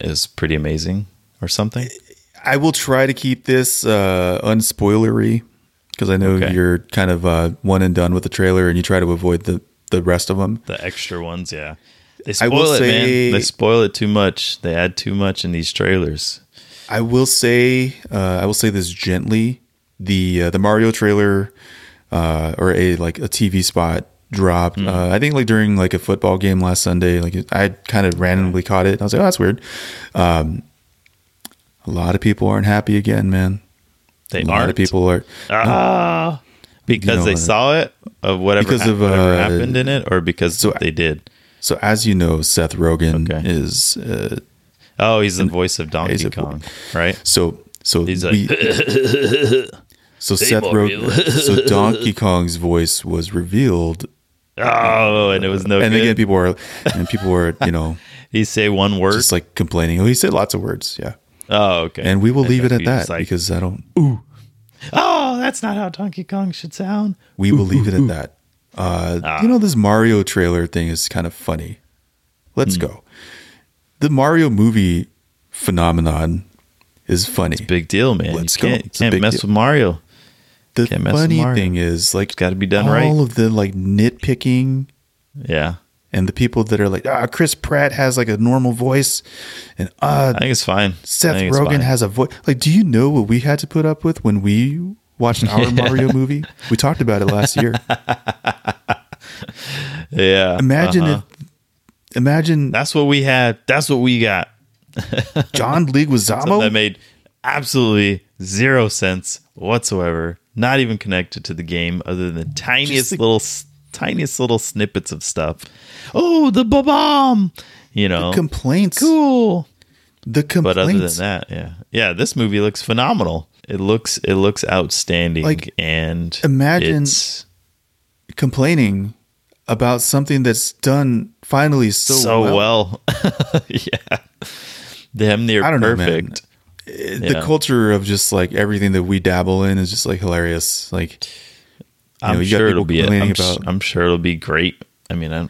it was pretty amazing or something. I will try to keep this uh, unspoilery because I know Okay. you're kind of uh, one and done with the trailer, and you try to avoid the the rest of them. The extra ones, yeah. They I spoil will it, say- man. They spoil it too much. They add too much in these trailers. I will say, uh, I will say this gently: the uh, the Mario trailer uh, or a like a TV spot dropped. Mm-hmm. Uh, I think like during like a football game last Sunday. Like I kind of randomly caught it. I was like, oh, that's weird. Um, a lot of people aren't happy again, man. They A lot are of people are. because you know, they uh, saw it of whatever, because because of, whatever uh, happened in it, or because so- they did. So as you know, Seth Rogen Okay. is uh, Oh, he's the voice of he's Donkey a- Kong, right? So so He's like, we, so Seth Mario. Rogen so Donkey Kong's voice was revealed, Oh, and it was no and good. again people were and people were you know he say one word. just like complaining. Oh, he said lots of words, yeah. oh, okay. And we will I leave it thought at you were that just like, because I don't. oh, that's not how Donkey Kong should sound. We will leave it at that. Uh, Ah. You know this Mario trailer thing is kind of funny. Let's Hmm. go. The Mario movie phenomenon is funny. Big deal, man. Let's you go. can't, you It's a can't big mess deal. with Mario. The Can't mess with funny Mario. thing is like gotta be done all right. of the like nitpicking Yeah, and the people that are like, ah, Chris Pratt has like a normal voice, and uh, I think it's fine. I Seth think it's Rogen fine. has a voice. Like, do you know what we had to put up with when we watched our Mario movie? We talked about it last year. Yeah, Imagine uh-huh. if, imagine that's what we had. That's what we got. John Something that Leguizamo. made absolutely zero sense whatsoever. Not even connected to the game, other than the tiniest the- little, s- tiniest little snippets of stuff. Oh, the bomb! You know, Complaints. cool. The complaints. But other than that, yeah, yeah, this movie looks phenomenal. It looks it looks outstanding. Like, and imagine- it's complaining about something that's done finally so, so, Oh, well. well. yeah, damn near I don't know, man. Eh, perfect. The Yeah. culture of just like everything that we dabble in is just like hilarious. Like, you I'm know, you got sure people it'll be. complaining I'm, s- about- I'm sure it'll be great. I mean, I'm.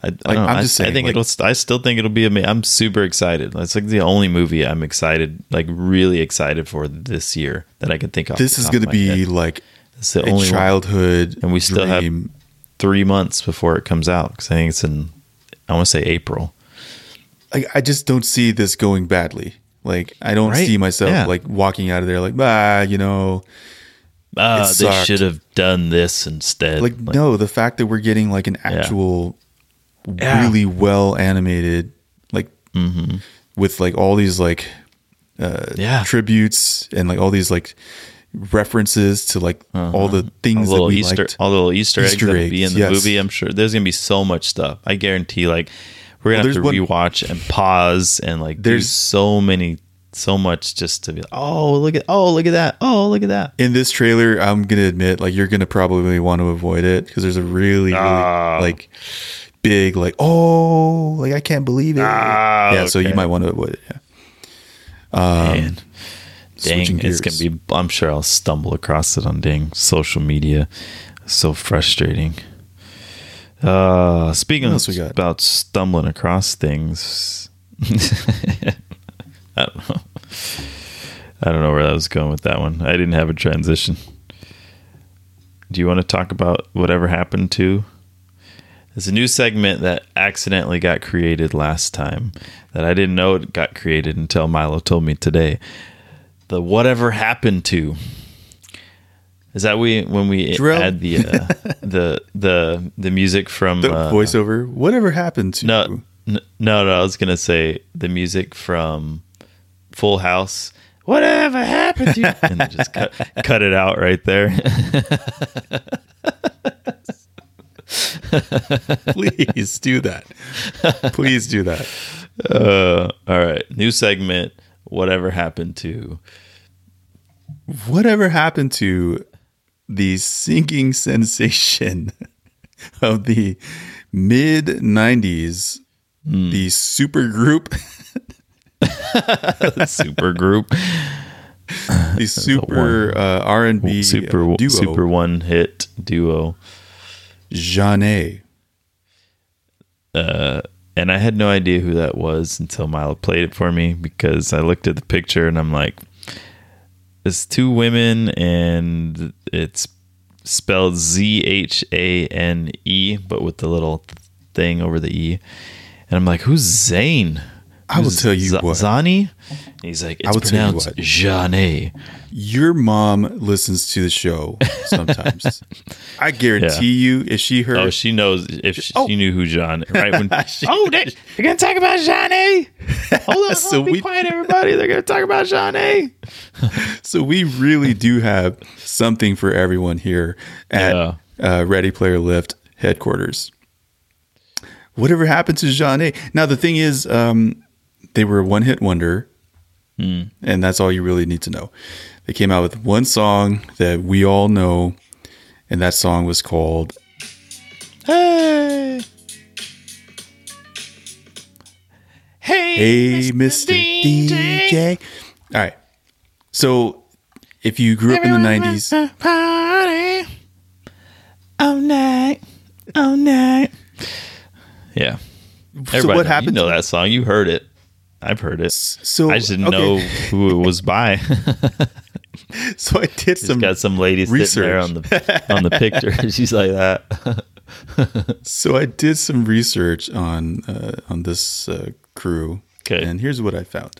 I, I don't Like, know. I'm I, just I saying, think like- it'll. st- I still think it'll be. Ama- I'm super excited. That's like the only movie I'm excited, like really excited for this year that I can think of. this is going to be like it's the a only one. childhood And we still have- dream. three months before it comes out because I think it's in. I want to say April. like I just don't see this going badly. Like I don't Right. see myself Yeah. like walking out of there like ah you know Ah, It they sucked. should have done this instead. like, no the fact that we're getting like an actual really well animated like with like all these like Mm-hmm. yeah, tributes and like all these like references to like all the all the things that Uh-huh. little we Easter, liked. all the little Easter, Easter eggs that'll be in eggs, the yes. movie. I'm sure there's gonna be so much stuff. I guarantee. Like we're gonna Well, have to there's rewatch and pause and like there's There's- so many, so much just to be. Oh look at oh look at that oh look at that. in this trailer, I'm gonna admit, like you're gonna probably want to avoid it because there's a really, really like big, like oh, like I can't believe it. yeah, so you okay. might want to avoid it. Yeah. Um, Man. Dang, switching it's gears. gonna be. I'm sure I'll stumble across it on dang social media. So frustrating. Uh, speaking What of else we got? about stumbling across things, I don't know. I don't know where that was going with that one. I didn't have a transition. Do you want to talk about whatever happened to? It's a new segment that accidentally got created last time that I didn't know it got created until Milo told me today. The whatever happened to. Is that we when we Drill. add the uh, the the the music from The uh, voiceover, whatever happened to no, n- no, no. I was gonna say the music from Full House. Whatever happened to you? And then just cut, cut it out right there. please do that. Please do that. Uh, all right, new segment. Whatever happened to? Whatever happened to the sinking sensation of the mid 90s, Hmm. the supergroup, Super group, the super uh, R&B super duo, super one hit duo. Jeanne. And I had no idea who that was until Milo played it for me because I looked at the picture and I'm like, it's two women and it's spelled Z H A N E, but with the little thing over the E. And I'm like, who's Zane? I will Who's tell you Z- what. Zani? And he's like, it's will tell you pronounced what. Jeanne. Your mom listens to the show sometimes. I guarantee you, if she heard, Oh, she knows if she, she knew who John, right? When, Oh, they, they're going to talk about Johnny. Hold on, So hold on, be we- quiet, everybody. They're going to talk about Johnny. So we really do have something for everyone here at Yeah. uh, Ready Player Lift headquarters. Whatever happened to Jean A? Now the thing is, um, they were a one-hit wonder, Hmm. and that's all you really need to know. They came out with one song that we all know, and that song was called Hey. Hey, "Hey, Mr. DJ. All right. So if you grew up in the '90s, Party. All night. All night. yeah. so Everybody know- what happened? You know that song. You heard it. I've heard it. So I just didn't okay, know who it was by. So I did Just some got some lady sitting there research. on the on the picture. She's like that. So I did some research on uh, on this uh, crew, 'Kay. and here's what I found.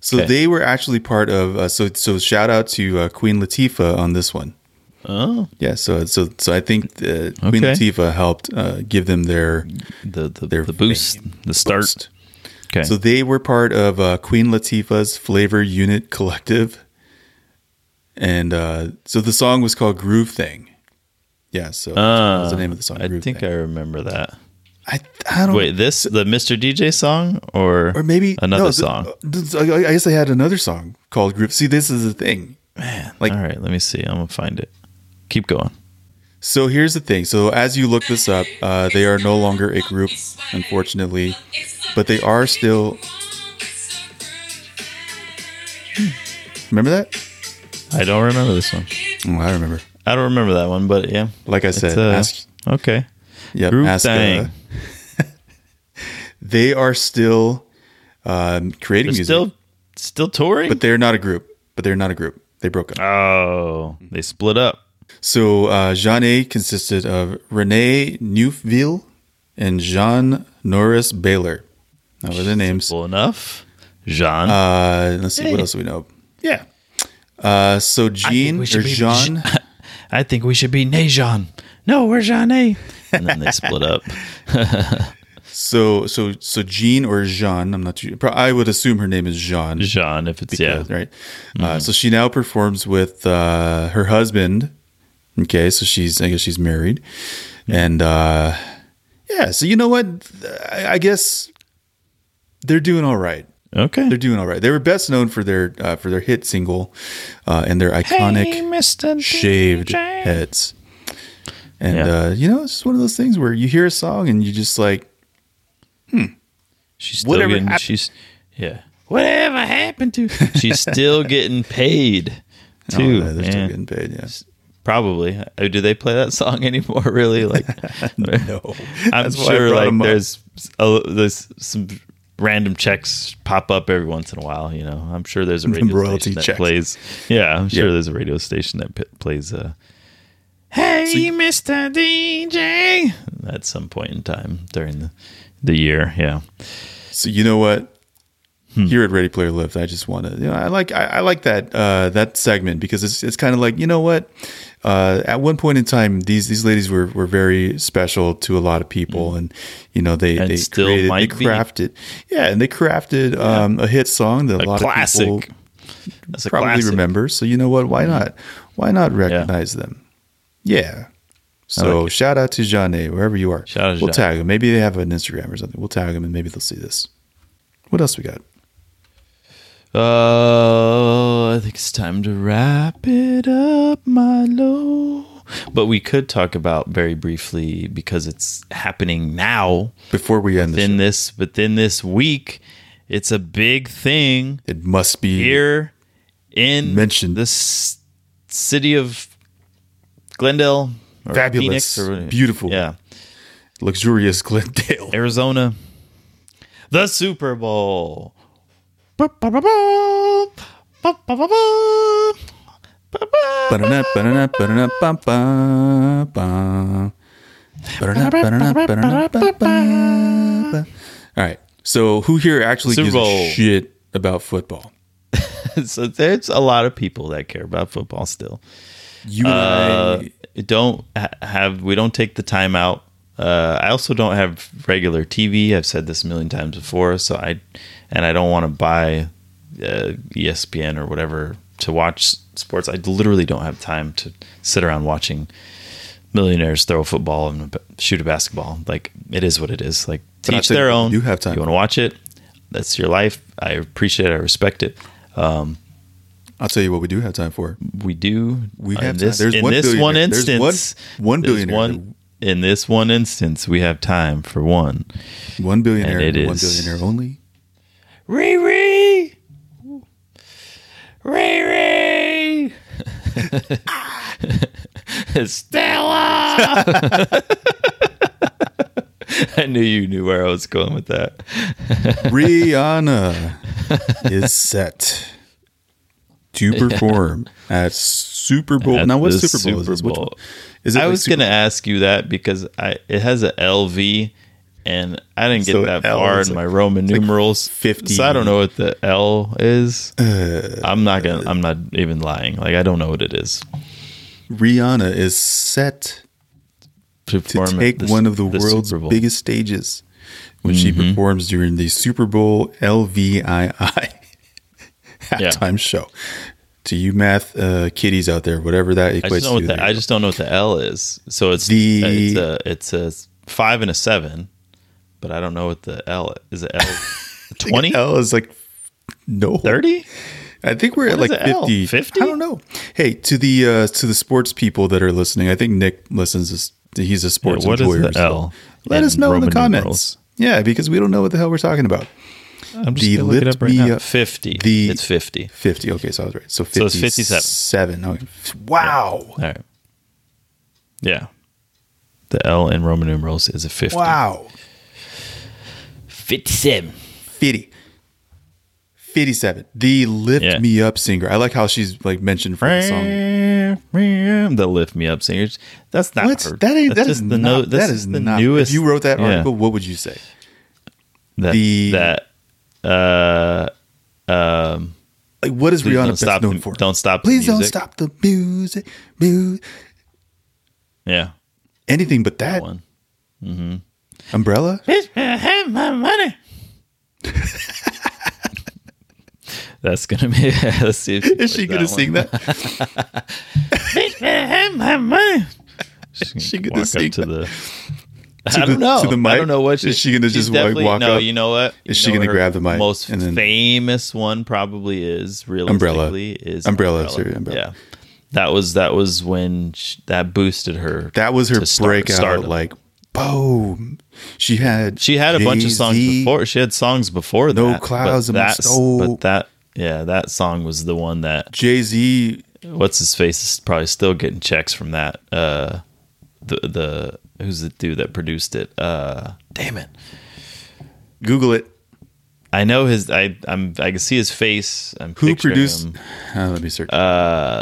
So 'Kay. they were actually part of. Uh, so so shout out to uh, Queen Latifah on this one. Oh, Yeah. So so so I think uh, Queen Okay. Latifah helped uh, give them their the the, Their the boost, the start. boost. Okay, So they were part of uh, Queen Latifah's Flavor Unit Collective, and uh, so the song was called Groove Thing. Yeah. So that was the name of the song. Ah, I Groove think I Thing. remember that. I I don't Wait, this the Mr. DJ song or Oh. or maybe another no, th- song? th- I I guess they had another song called Group. See, this is the thing. like- All right, let me see. I'm gonna find it. Keep going. So here's the thing. So as you look this up, uh, they are no longer a group, unfortunately, but they are still. Remember that? I don't remember this one. Oh, I remember. I don't remember that one, but yeah, Like I It's, said, uh, ask, okay. yep, Group ask, uh, Thing. they are still um, creating They're music, still still touring. but they're not a group. But they're not a group. They broke up. oh, they split up. So uh, Jean A consisted of Renee Neufville and Jean Norris Baylor. That were the names. Simple enough. Jean. Uh, let's see Hey. what else do we know. Yeah. Uh, so Jean or we should be- Jean, I think we should be Najon. No, we're Jeanne. And then they split up. so so so Jean or Jean. I'm not too. pro- I would assume her name is Jean. Jean, if it's yeah. Mm-hmm. right. Uh, so she now performs with uh, her husband. Okay, so she's I guess she's married, and uh, yeah. So you know what? I, I guess they're doing all right. They're Okay. doing all right. They were best known for their uh, for their hit single uh, and their iconic Hey, Mr. shaved DJ. heads. And Yeah. uh, you know, it's just one of those things where you hear a song and you just like, She's still Whatever getting happened- she's yeah. Whatever happened to She's still getting paid oh, too. yeah, they're man. still getting paid. Yeah, Probably. Uh, Do they play that song anymore? Really? Like, No. I'm That's why I sure brought like him up. there's a, there's some random checks pop up every once in a while. You know, I'm sure there's a radio royalty station that checks. plays. Yeah, I'm sure Yeah. there's a radio station that p- plays uh, Hey, Mr. DJ. at some point in time during the the year. Yeah, So you know what? Hmm. Here at Ready Player Lift, I just want to. You know, I like I, I like that uh, that segment because it's it's kind of like you know what. Uh, at one point in time, these these ladies were, were very special to a lot of people, and you know they Hmm. And they still created, they might be. crafted, yeah, and they crafted um, a hit song that a, lot classic. of people that's a probably classic. Mm-hmm. remember. So you know what? Why not? Why not recognize them? Yeah. So shout out to Jeanne, wherever you are. Shout out to we'll Jeanne. tag them. Maybe they have an Instagram or something. We'll tag them and maybe they'll see this. What else we got? Oh, I think it's time to wrap it up, Milo. But we could talk about very briefly because it's happening now. Before we end Within this, this, within this week, it's a big thing it must be here in Mentioned. the s- city of Glendale, or Fabulous. Phoenix or what- Beautiful. yeah, luxurious Glendale. Arizona, the Super Bowl. Ba-da-na, ba-da-na, ba-da-na, ba-ba, ba. Ba-da-na, ba-da-na, ba-da-na, ba-ba, ba. All right. So who here actually Super gives Bowl. a shit about football? so there's a lot of people that care about football still. You and Uh, I don't ha- have we don't take the time out. Uh, I also don't have regular TV. I've said this a million times before. So I and I don't want to buy uh, ESPN or whatever to watch sports. I literally don't have time to sit around watching millionaires throw a football and b- shoot a basketball. Like it is what it is. Like But I teach think their you own. do have time. You want to watch it? That's your life. I appreciate it. I respect it. I'll tell you what we do have time for. we do. We in have this, time. There's in one this one billionaire. There's one- instance. one there's billionaire. one- in this one instance, we have time for one. One billionaire, And it and one is- billionaire only. Riri. Riri. Stella. I knew you knew where I was going with that. Rihanna is set to perform at Super Bowl. At now, what the Super Bowl is Super this? Which one? Bowl. Is I like was Super- going to ask you that because I it has a LV, and I didn't get So that L far in is my like- Roman numerals. 50. So I don't know what the L is. Uh, I'm not gonna. I'm not even lying. Like I don't know what it is. Rihanna is set To, to take one of the, world's biggest stages when she Mm-hmm. performs during the Super Bowl LVII halftime show. To you math uh, kiddies out there, whatever that I just, equates know what to. the, I just don't know what the L is. So it's The- it's a it's a five and a seven, but I don't know what the L is. It L twenty L is like no thirty? I think we're What is at like the L? 50. 50? I don't know. Hey, to the uh, to the sports people that are listening, I think Nick listens. as- He's a sports Yeah, what is employer. the so L Let in us know in the Roman comments. numerals? Yeah, because we don't know what the hell we're talking about. I'm The gonna look it lift up right me now. up- Fifty. the- it's fifty. 50. Okay, so I was right. So 50, So it's 57. Seven. Okay. Wow. All right. Yeah. The L in Roman numerals is a fifty. Wow. 57. 50. 57. The Lift Yeah. Me Up singer. I like how she's like mentioned from the song. The lift me up singers. That's not What? her. That ain't, That's that is just not, no- this that is not. If you wrote that Yeah. article, what would you say? that, the- that Like, what is Please Rihanna don't best stop known the- for? don't stop the Please don't music. stop the music, music. yeah Anything but that. one. Umbrella. Bitch, I have my money. That's gonna be. let's see. If Is she gonna sing that? Bitch, I have my money. She gonna walk sing up to the. To I don't the- know. to the I mic? don't know what Is she gonna she's just wa- definitely- walk No, up? you know what? You Is she know gonna her grab the mic Most and then- famous one probably is realistically is Umbrella, sorry, Umbrella. Yeah, that was that was when sh that boosted her. That was her to star- breakout. stardom. Like boom. She had. she had a bunch of songs Jay-Z. before. She had songs before No that. but clouds Oh. in my that's- soul. But that yeah, that song was the one that Jay Z what's his face is probably still getting checks from that. Uh, the the who's the dude that produced it? Uh, damn it! Google it. I know his. I I'm I can see his face. I'm Who picturing produced? him. Uh, Uh, let me search.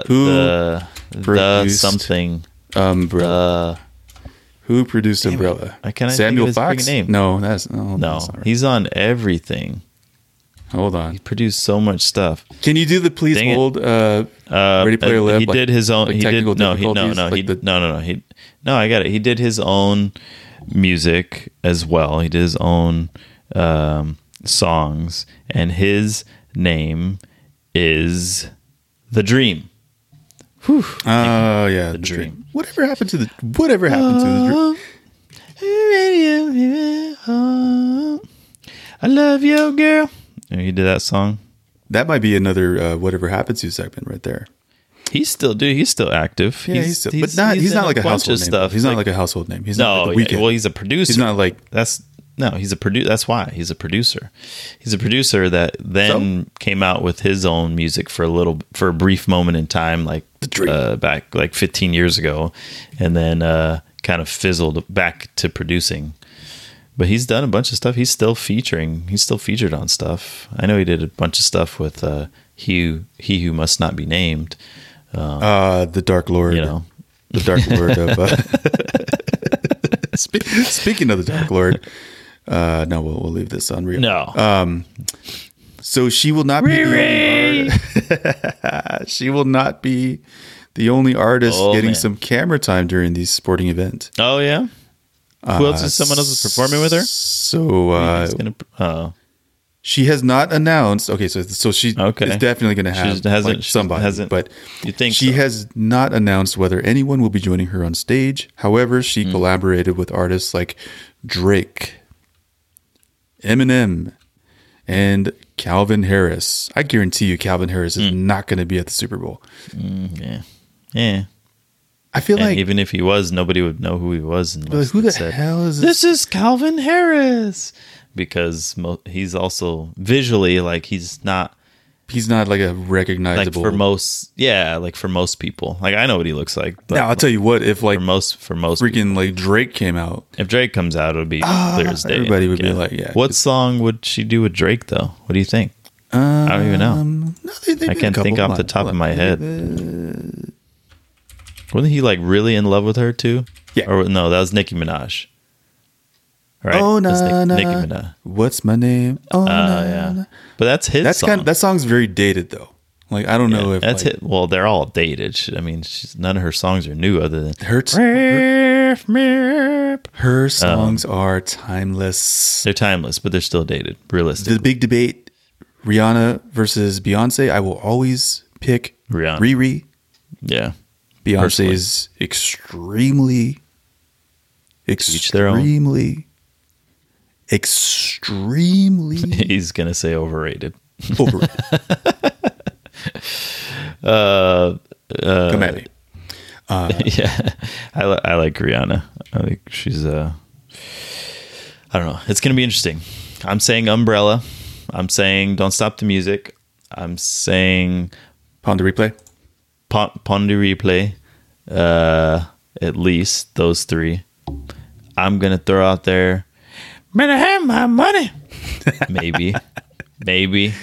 who the the produced- something? umbrella? Uh, who produced Umbrella? Why can't I think of Samuel his Fox? friggin' name? No, that's no. no, that's not right. he's on everything. Hold on. He produced so much stuff. Can you do the please Dang it. hold? Uh, Uh, Ready Player uh, Live, He like- did his own. like he did technical no. He, no. difficulties, No. He like the- no. No. No. He no. I got it. He did his own music as well. He did his own um, songs, and his name is the Dream. Oh yeah, the dream. Uh, dream. Whatever happened to the? Whatever happened to the? Dream? I love you, girl. And he did that song. That might be another uh, whatever happened to segment right there. He's still, dude. He's still active. Yeah, he's, still, but not. He's, in not like a bunch of household name. Stuff. He's not like a household name. He's not. no. Like the yeah, weekend. well, he's a producer. he's not like that's no he's a produ- that's why he's a producer he's a producer that then came out with his own music for a little for a brief moment in time like Dream. uh, back like 15 years ago and then uh kind of fizzled back to producing but he's done a bunch of stuff he's still featuring he's still featured on stuff i know he did a bunch of stuff with uh he who, he who must not be named uh, the Dark Lord. you know the Dark Lord of. Uh, Spe- speaking of the Dark Lord, uh, no, we'll, we'll leave this unreal. no So she will not be. The only artist. she will not be the only artist Oh, getting man. some camera time during these sporting events. oh yeah who else Uh, is someone else is performing with her So uh, He's gonna- oh. she has not announced. Okay, so so she Okay. is definitely going to She have just hasn't- like, she somebody, hasn't- but you think she so. has not announced whether anyone will be joining her on stage. However, she Mm. collaborated with artists like Drake, Eminem, and Calvin Harris. I guarantee you, Calvin Harris is Mm. not going to be at the Super Bowl. yeah yeah I feel And like, even if he was, nobody would know who he was. like, Unless who they the said, hell is this? This is Calvin Harris because mo- he's also visually like he's not He's not like a like recognizable. for most yeah like for most people like I know what he looks like but now I'll tell you what, if like for most for most freaking like Drake came out, if Drake comes out it'll be clear as day I Ah, everybody think, would be like, yeah, what song would she do with Drake though what do you think I don't even know um, no, they- they I did a can't think couple. off Hold the on, top of hold on. my head wasn't he like really in love with her too Yeah. or no that was Nicki Minaj right Oh That's no, Nic- no, Nicki Minaj What's my name? Oh, Oh no. yeah, but that's his. that's song. kind. Of, that song's very dated though. Like I don't know if that's like, it. Well, they're all dated. She, I mean, she's, none of her songs are new, other than Hurts. Her- Her songs Oh. are timeless. they're timeless, but they're still dated. Realistic. The big debate: Rihanna versus Beyonce. I will always pick Rihanna. Riri. yeah, Beyonce Personally. is extremely, each their own. extremely, extremely he's gonna say overrated. overrated. Uh, Come at me. yeah, I, li- I like Rihanna. I think she's uh, I don't know. It's gonna be interesting. I'm saying Umbrella. I'm saying Don't Stop the Music. I'm saying Ponder replay. Pon- Pondy Replay, uh, at least those three. I'm gonna throw out there. Man, I have my money. Maybe, maybe.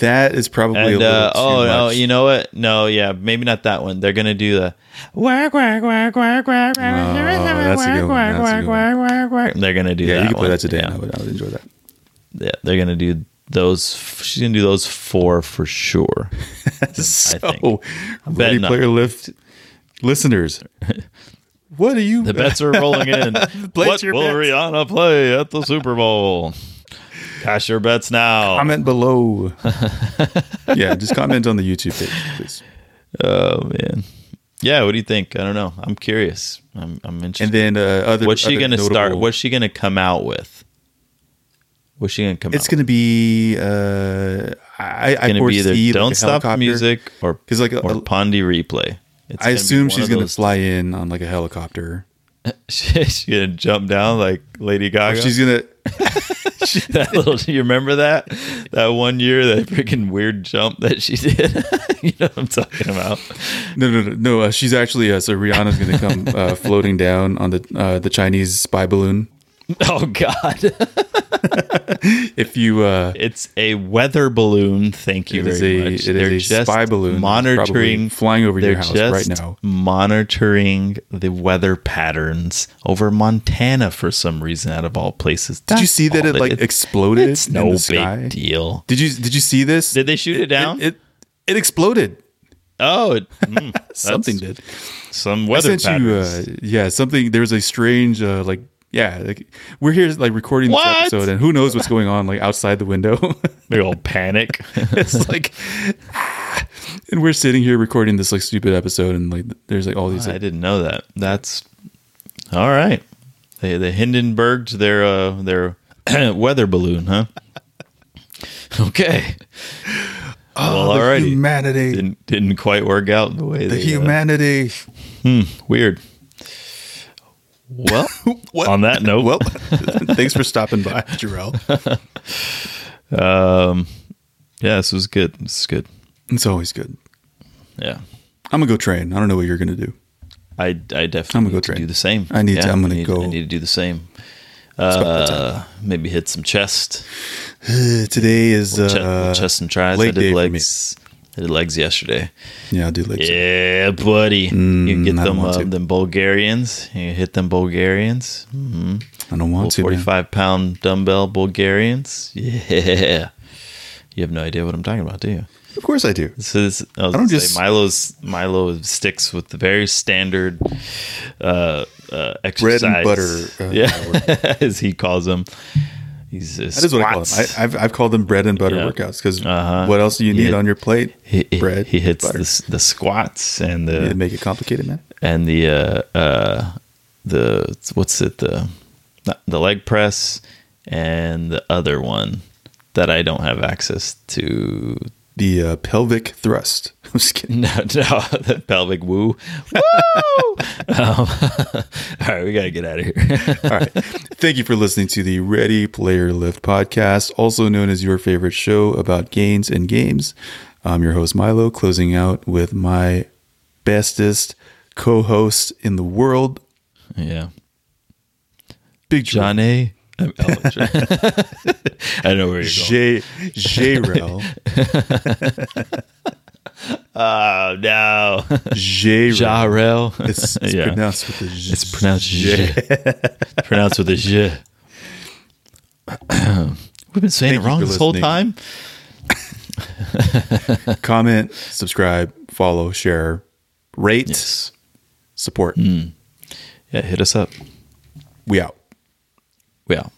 That is probably a And little uh, too oh much. no, you know what? No, yeah, maybe not that one. They're gonna do the whack whack whack whack whack. Oh, that's a good one. That's a good one. They're gonna do Yeah, that. you could play one. that today. Yeah. and I, would, I would enjoy that. yeah, they're gonna do those. f- She's gonna do those four for sure. so, think. Ready betting on- Player Lift listeners, what are you? The bets are rolling in. what your will bets. Rihanna play at the Super Bowl? Cash your bets now. comment below. yeah, just comment on the YouTube page, please. oh man. Yeah, what do you think? I don't know. I'm curious. I'm, I'm And interested. then uh, other. what's she other going to start? notable- What's she going to come out with? What's she going to come It's out? going to be. Uh, I, I Gonna be either foresee like, don't a stop the helicopter. music or 'Cause, like, a- or Pondy replay. It's I gonna be assume one she's of going to those- fly in on like a helicopter. she's going to jump down like Lady Gaga. She's going to. that little, you remember that that one year that freaking weird jump that she did? you know what I'm talking about? No, no, no, no. Uh, she's actually uh, so Rihanna's going to come uh, floating down on the uh, the Chinese spy balloon. Oh God, If you uh, it's a weather balloon. Thank you It is very a- much. it is They're a just spy balloon that's monitoring probably flying over your they're house right just now. Monitoring the weather patterns over Montana for some reason, out of all places. did you see that it like exploded It's in no the sky? big deal. Did you did you see this? Did they shoot it down? It it, it exploded. oh, it, mm, that's Something did. Some I weather sent you. Uh, patterns. yeah, something. There was a strange uh, like. Yeah, like we're here like recording this What? episode, and who knows what's going on like outside the window. Big old panic. it's like, and we're sitting here recording this like stupid episode, and like there's like all these. I Like, didn't know that. That's all right. They the Hindenburged their uh, their weather balloon, huh? Okay. well, Oh, the alrighty. humanity, Didn't didn't quite work out the way the they, uh, humanity. weird. Well, What? on that note, Well, thanks for stopping by, Jarrell. yeah, this was good. This is good. It's always good. Yeah, I'm gonna go train. I don't know what you're gonna do. I I definitely I'm gonna go need to train. do the same. I need to- Yeah, I'm gonna I need, go. I need to do the same. It's about the time. Uh, maybe hit some chest. Uh, today is Che- uh, chest and tries. I leg day did for me. legs. I did legs yesterday. Yeah, I'll do legs. Yeah, buddy. you can get Mm, I them don't want uh, to. them Bulgarians. You can hit them Bulgarians. I don't want to. man. Forty five pound dumbbell Bulgarians. Yeah. You have no idea what I'm talking about, do you? Of course I do. So this, I was I gonna don't say, just- Milo's Milo sticks with the very standard uh, uh, Bread exercise, and butter. Uh, yeah, as he calls them. He's uh, That is what I call them. I, I've, I've called them bread and butter Yeah. workouts because Uh-huh. what else do you He need hit- on your plate? he, he- bread. he uh, hits butter. the, s- the squats and the Yeah, make it complicated, man. and the uh, uh, the what's it the not- the leg press and the other one that I don't have access to. The uh, pelvic thrust. I'm just kidding. No, no, the pelvic woo. Woo! um, all right, we gotta get out of here. All right. Thank you for listening to the Ready Player Lift podcast, also known as your favorite show about gains and games. I'm your host, Milo, closing out with my bestest co host in the world, yeah, Big John. Johnny. I'm- oh, John- I know where you're going. J. J-Rel. Oh no, J-Rel. Jarrell. It's, it's Yeah. pronounced with the J. It's pronounced J. pronounced with a J. We've been saying it Thank you wrong for this whole listening. time. comment, subscribe, follow, share, rate, support. Mm. Yeah, hit us up. We out. We out.